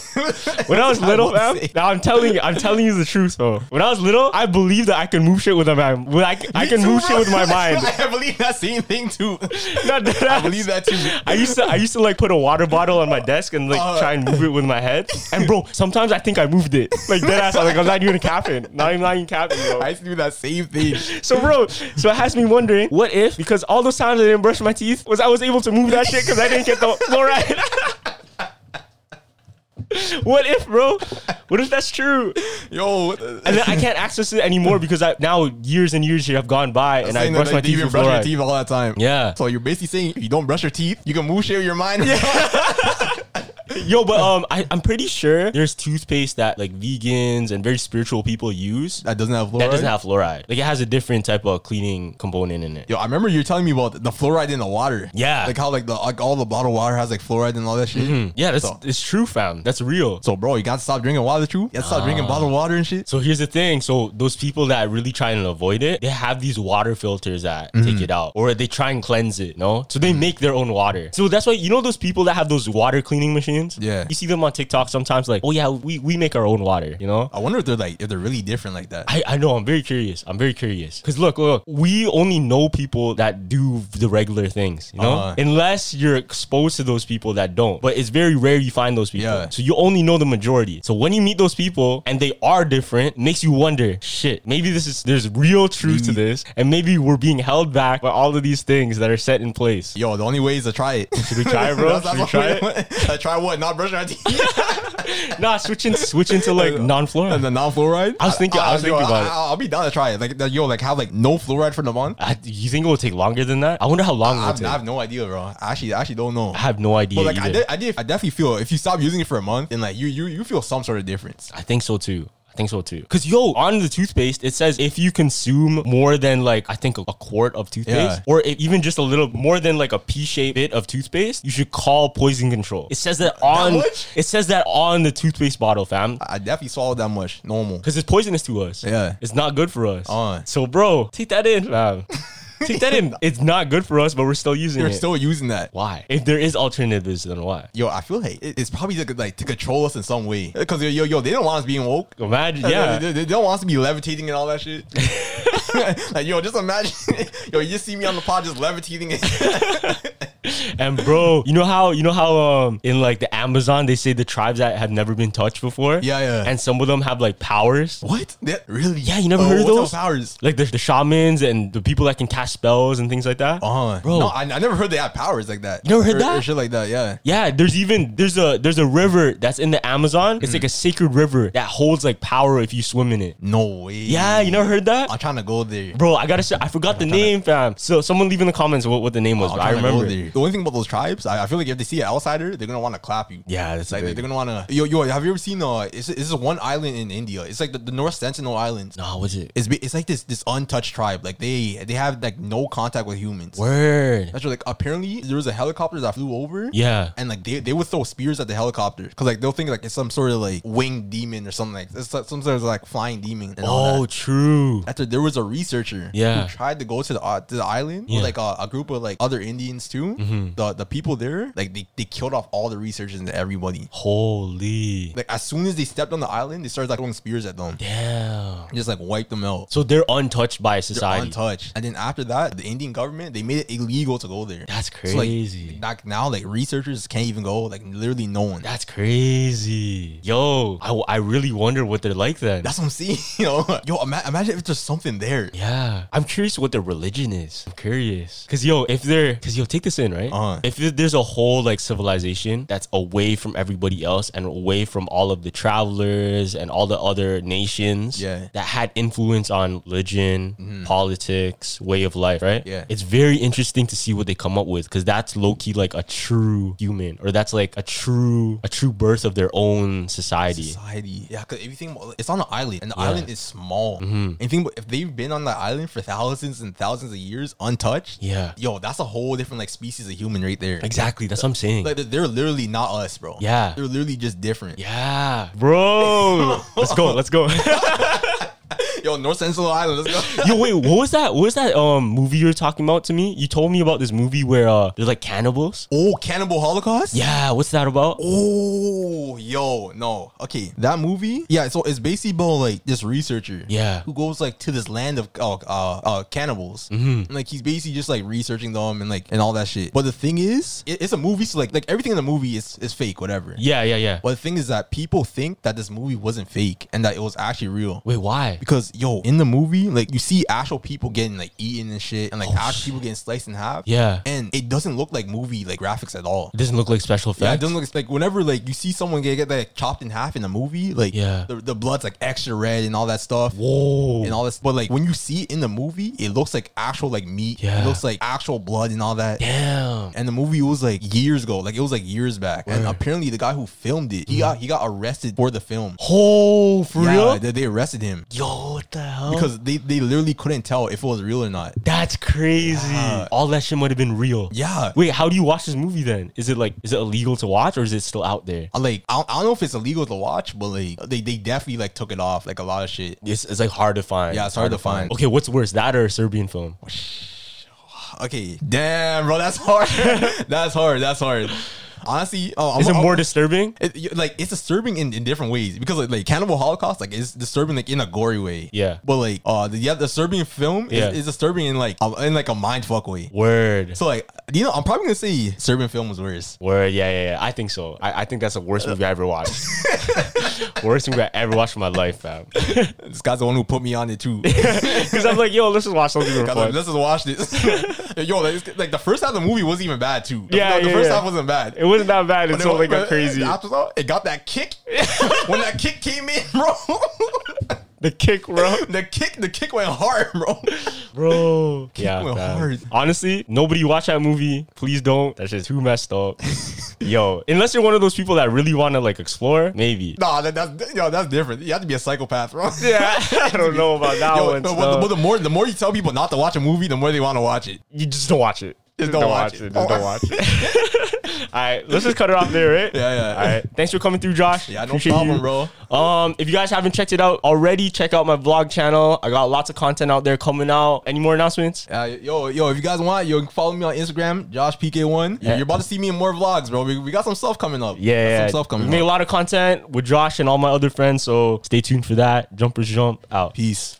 Speaker 1: when I was little,
Speaker 2: won't
Speaker 1: fam.
Speaker 2: say.
Speaker 1: Now I'm telling you, I'm telling you the truth, bro. When I was little, I believed that I could move shit with my mind. Well, I, c- I
Speaker 2: Me
Speaker 1: can
Speaker 2: too,
Speaker 1: move
Speaker 2: bro.
Speaker 1: shit with my mind.
Speaker 2: I believe that same thing too.
Speaker 1: Not that
Speaker 2: I
Speaker 1: ass.
Speaker 2: believe that too.
Speaker 1: I used to I used to like put a water bottle on my desk and like
Speaker 2: Uh.
Speaker 1: try and move it with my head. And bro, sometimes I think I moved it. Like dead ass. I'm like, I'm not even capping. Not even, not even capping, bro.
Speaker 2: I used to do that same thing.
Speaker 1: so bro, so it has me wondering, what if because all those times I didn't brush my teeth was I was able to move that shit because I didn't get the fluoride. what if, bro? What if that's true?
Speaker 2: Yo, uh,
Speaker 1: And then I can't access it anymore because I now years and years have gone by and I
Speaker 2: saying
Speaker 1: brush
Speaker 2: that
Speaker 1: my
Speaker 2: you
Speaker 1: teeth
Speaker 2: even
Speaker 1: with
Speaker 2: brush your
Speaker 1: fluoride.
Speaker 2: teeth all that time.
Speaker 1: Yeah.
Speaker 2: So you're basically saying if you don't brush your teeth, you can move shit with your mind.
Speaker 1: Yo, but um, I, I'm pretty sure there's toothpaste that like vegans and very spiritual people use that,
Speaker 2: that doesn't have fluoride.
Speaker 1: doesn't have fluoride. Like it has a different type of cleaning component in it.
Speaker 2: Yo, I remember you were telling me about the fluoride in the water.
Speaker 1: Yeah. Mm-hmm.
Speaker 2: Like how like the like all the bottled water has like fluoride and all that shit.
Speaker 1: Yeah, that's
Speaker 2: So-
Speaker 1: it's true, fam. That's real. So,
Speaker 2: So bro, you gotta stop drinking water too. You gotta stop
Speaker 1: Oh.
Speaker 2: drinking bottled water and shit.
Speaker 1: so here's the thing. So those people that really try and avoid it, they have these water filters that
Speaker 2: Mm-hmm.
Speaker 1: take it out, or they try and cleanse it. No, so they make their own water. So that's why you know those people that have those water cleaning machines.
Speaker 2: Yeah.
Speaker 1: you see them on TikTok sometimes. Like, oh yeah, we we make our own water. You know,
Speaker 2: I wonder if they're like if they're really different like that.
Speaker 1: I, I know. I'm very curious. I'm very curious. Cause look, look, we only know people that do the regular things, you know,
Speaker 2: Uh-huh.
Speaker 1: unless you're exposed to those people that don't. But it's very rare you find those people.
Speaker 2: Yeah.
Speaker 1: So you only know the majority. So when you meet those people and they are different, makes you wonder, shit, maybe this is there's real truth
Speaker 2: Mm.
Speaker 1: to this, and maybe we're being held back by all of these things that are set in place.
Speaker 2: Yo, the only way is to try it. Should
Speaker 1: we try it, bro? Should we try
Speaker 2: it? try what? Not brushing our teeth.
Speaker 1: nah, switching switching to like non-fluoride.
Speaker 2: And the non-fluoride.
Speaker 1: I was thinking- I was
Speaker 2: yo,
Speaker 1: thinking about
Speaker 2: I,
Speaker 1: it.
Speaker 2: will be down to try it. Like that- yo, like have like no fluoride for the month.
Speaker 1: I- you think it will take longer than that? I wonder how long it
Speaker 2: I
Speaker 1: will
Speaker 2: have,
Speaker 1: take.
Speaker 2: I have no idea, bro. I actually, I actually don't know.
Speaker 1: I have no idea.
Speaker 2: But like I
Speaker 1: either.
Speaker 2: did, I did, I definitely feel if you stop using it for a month, and like you, you, you feel some sort of difference.
Speaker 1: I think so too. I think so too. Cause yo, on the toothpaste, it says if you consume more than like I think a, a quart of toothpaste,
Speaker 2: Yeah.
Speaker 1: or i- even just a little more than like a pea-shaped bit of toothpaste, you should call poison control. It says that on
Speaker 2: much?
Speaker 1: it says that on the toothpaste bottle, fam.
Speaker 2: I definitely swallowed that much. Normal.
Speaker 1: Cause it's poisonous to us.
Speaker 2: Yeah.
Speaker 1: it's not good for us.
Speaker 2: Uh.
Speaker 1: So, bro, take that in, fam. take that in. It's not good for us, but we're still using
Speaker 2: You're
Speaker 1: it.
Speaker 2: still using that.
Speaker 1: why? If there is alternatives, then why?
Speaker 2: Yo, I feel like it- it's probably to, like to control us in some way. Cause yo, yo, yo they don't want us being woke.
Speaker 1: Imagine, yeah.
Speaker 2: They, they- they don't want us to be levitating and all that shit. like, yo, just imagine, yo, you just see me on the pod just levitating.
Speaker 1: And bro, you know how you know how um in like the Amazon they say the tribes that have never been touched before.
Speaker 2: Yeah, yeah.
Speaker 1: And some of them have like powers.
Speaker 2: what? They- really? Oh,
Speaker 1: Yeah, you never heard of
Speaker 2: what's
Speaker 1: those?
Speaker 2: up, powers?
Speaker 1: Like the, the shamans and the people that can cast spells and things like that.
Speaker 2: Uh,
Speaker 1: Uh-huh. Bro.
Speaker 2: No, I, I never heard they had powers like that.
Speaker 1: You never heard
Speaker 2: Or-
Speaker 1: that?
Speaker 2: Or shit like that. Yeah.
Speaker 1: Yeah, there's even there's a there's a river that's in the Amazon. It's like a sacred river that holds like power if you swim in it.
Speaker 2: No way.
Speaker 1: Yeah, you never heard that?
Speaker 2: I'm trying to go there.
Speaker 1: Bro, I gotta say I forgot the name, fam. So someone leave in the comments what, what the name was,
Speaker 2: I'm
Speaker 1: but I
Speaker 2: trying to go
Speaker 1: remember.
Speaker 2: there. the only thing about those tribes. I, I feel like if they see an outsider, they're gonna want to clap you.
Speaker 1: Yeah, that's
Speaker 2: It's like
Speaker 1: big.
Speaker 2: they're gonna want to. Yo, yo, have you ever seen? Uh, it's this is one island in India. It's like the, the North Sentinel Islands.
Speaker 1: Nah, what's it?
Speaker 2: It's be- it's like this this untouched tribe. Like they they have like no contact with humans.
Speaker 1: Word.
Speaker 2: That's like apparently there was a helicopter that flew over.
Speaker 1: Yeah.
Speaker 2: And like they, they would throw spears at the helicopter because like they'll think like it's some sort of like winged demon or something like it's like some sort of like flying demon. And all that.
Speaker 1: Oh, true.
Speaker 2: After there was a researcher
Speaker 1: Yeah.
Speaker 2: who tried to go to the uh, to the island
Speaker 1: Yeah. Mm-hmm.
Speaker 2: with like a, a group of like other Indians too. The the people there like they, they killed off all the researchers and everybody.
Speaker 1: Holy.
Speaker 2: Like as soon as they stepped on the island, they started like throwing spears at them.
Speaker 1: Damn.
Speaker 2: And just like wiped them out.
Speaker 1: So they're untouched by
Speaker 2: They're
Speaker 1: society.
Speaker 2: untouched. And then after that, the Indian government they made it illegal to go there.
Speaker 1: That's
Speaker 2: So, like,
Speaker 1: crazy.
Speaker 2: like now, like researchers can't even go. Like literally no one.
Speaker 1: That's crazy. Yo, I, I really wonder what they're like then.
Speaker 2: That's what I'm seeing. You know, yo, ima- imagine if there's something there.
Speaker 1: yeah. I'm curious what their religion is. I'm curious. Cause yo, if they're, cause yo, take this in, right?
Speaker 2: Uh-huh.
Speaker 1: If th- there's a whole like civilization that's away from everybody else and away from all of the travelers and all the other nations
Speaker 2: Yeah. Mm-hmm.
Speaker 1: that had influence on religion, politics, way of life, right?
Speaker 2: Yeah.
Speaker 1: It's very interesting to see what they come up with because that's low key like a true human or that's like a true a true birth of their own society.
Speaker 2: Society. Yeah, because if you think about- it's on an island, and the island is small.
Speaker 1: Mm-hmm.
Speaker 2: And you think about- if they've been on the island for thousands and thousands of years untouched,
Speaker 1: Yeah.
Speaker 2: yo, that's a whole different like species of human right there.
Speaker 1: Exactly. That's what I'm saying.
Speaker 2: Like they're- they're literally not us, bro.
Speaker 1: Yeah.
Speaker 2: they're literally just different.
Speaker 1: yeah. Bro. let's go. Let's go.
Speaker 2: Yo, North Central Island. Let's go.
Speaker 1: Yo, wait, what was that? What was that um movie you were talking about to me? You told me about this movie where uh they're like cannibals.
Speaker 2: oh, Cannibal Holocaust.
Speaker 1: Yeah, what's that about?
Speaker 2: Oh, yo, no. Okay, that movie. Yeah, so it's basically about like this researcher.
Speaker 1: Yeah.
Speaker 2: who goes like to this land of uh, uh, uh, cannibals. Mm-hmm. And, like he's basically just like researching them and like and all that shit. But the thing is, it- it's a movie, so like like everything in the movie is is fake, whatever.
Speaker 1: Yeah, yeah, yeah.
Speaker 2: But the thing is that people think that this movie wasn't fake and that it was actually real.
Speaker 1: Wait, why?
Speaker 2: Because yo, in the movie, like you see actual people getting like eaten and shit, and like
Speaker 1: Oh,
Speaker 2: actual
Speaker 1: shit.
Speaker 2: people getting sliced in half.
Speaker 1: Yeah.
Speaker 2: and it doesn't look like movie like graphics at all.
Speaker 1: It doesn't look like special
Speaker 2: Yeah, it
Speaker 1: effects.
Speaker 2: doesn't look like whenever like you see someone get get like chopped in half in a movie, like
Speaker 1: Yeah.
Speaker 2: the, the blood's like extra red and all that stuff.
Speaker 1: Whoa.
Speaker 2: And all this, but like when you see it in the movie, it looks like actual like meat.
Speaker 1: Yeah.
Speaker 2: It looks like actual blood and all that.
Speaker 1: Damn.
Speaker 2: And the movie was like years ago, like it was like years back. And
Speaker 1: Word.
Speaker 2: apparently the guy who filmed it, he got he got arrested for the film.
Speaker 1: Oh, Mm-hmm. for
Speaker 2: yeah,
Speaker 1: real?
Speaker 2: They, they arrested him
Speaker 1: Yo, what the hell?
Speaker 2: because they they literally couldn't tell if it was real or not.
Speaker 1: that's crazy.
Speaker 2: Yeah.
Speaker 1: All that shit might have been real.
Speaker 2: Yeah.
Speaker 1: Wait, how do you watch this movie then? Is it like is it illegal to watch or is it still out there?
Speaker 2: I, Like I don't, I don't know if it's illegal to watch, but like they they definitely like took it off like a lot of shit.
Speaker 1: It's, it's like hard to find.
Speaker 2: Yeah, it's hard to find.
Speaker 1: Okay, what's worse, that or a Serbian film?
Speaker 2: Okay, damn, bro, that's hard. that's hard. That's hard. Honestly, oh, I'm-
Speaker 1: Is it
Speaker 2: I'm-
Speaker 1: more disturbing?
Speaker 2: it- you- like it's disturbing in, in different ways because like, like Cannibal Holocaust like is disturbing like in a gory way.
Speaker 1: Yeah.
Speaker 2: But like uh the yeah, the Serbian film
Speaker 1: Yeah.
Speaker 2: is, is disturbing in like um, in like a mind fuck way.
Speaker 1: Word.
Speaker 2: So like you know I'm probably gonna say Serbian film was worse.
Speaker 1: Word, yeah, yeah, yeah. I think so. I, I think that's the worst movie I ever watched. worst movie I ever watched in my life, fam.
Speaker 2: This guy's the one who put me on it too. Guys,
Speaker 1: Because I'm like, yo, let's just watch something for
Speaker 2: like,
Speaker 1: fun.
Speaker 2: let's just watch this. Yo, like, it's- like the first half of the movie wasn't even bad too. The,
Speaker 1: Yeah,
Speaker 2: the, the
Speaker 1: yeah,
Speaker 2: first
Speaker 1: yeah.
Speaker 2: half wasn't bad.
Speaker 1: It wasn't that bad
Speaker 2: But it
Speaker 1: until
Speaker 2: was-
Speaker 1: like got
Speaker 2: but
Speaker 1: crazy.
Speaker 2: after that, It got that kick. when that kick came in, bro.
Speaker 1: The kick, bro.
Speaker 2: the kick, the kick went hard, bro.
Speaker 1: Bro. yeah.
Speaker 2: went
Speaker 1: fam.
Speaker 2: hard.
Speaker 1: Honestly, nobody watch that movie. Please don't. That shit's too messed up. yo, unless you're one of those people that really want to like explore, maybe.
Speaker 2: Nah, that, that's yo, that's different. You have to be a psychopath, bro.
Speaker 1: Yeah, I don't know about that
Speaker 2: Yo,
Speaker 1: one.
Speaker 2: but,
Speaker 1: son.
Speaker 2: but the, but the more the more you tell people not to watch a movie, the more they want to watch it.
Speaker 1: you just don't watch it.
Speaker 2: Just don't watch it. Oh.
Speaker 1: Just don't watch it. All right, let's just cut it off there, right?
Speaker 2: Yeah, yeah.
Speaker 1: All right, thanks for coming through, Josh.
Speaker 2: Yeah, no
Speaker 1: Appreciate
Speaker 2: problem,
Speaker 1: you.
Speaker 2: bro.
Speaker 1: Um, if you guys haven't checked it out already, check out my vlog channel. I got lots of content out there coming out. Any more announcements?
Speaker 2: Uh, yo, yo, if you guys want, you can follow me on Instagram, Josh PK1.
Speaker 1: Yeah.
Speaker 2: You're about to see me in more vlogs, bro. We, we got some stuff coming up.
Speaker 1: Yeah,
Speaker 2: Got
Speaker 1: yeah.
Speaker 2: some stuff coming
Speaker 1: We made a
Speaker 2: up.
Speaker 1: lot of content with Josh and all my other friends, so stay tuned for that. Jumpers jump out.
Speaker 2: Peace.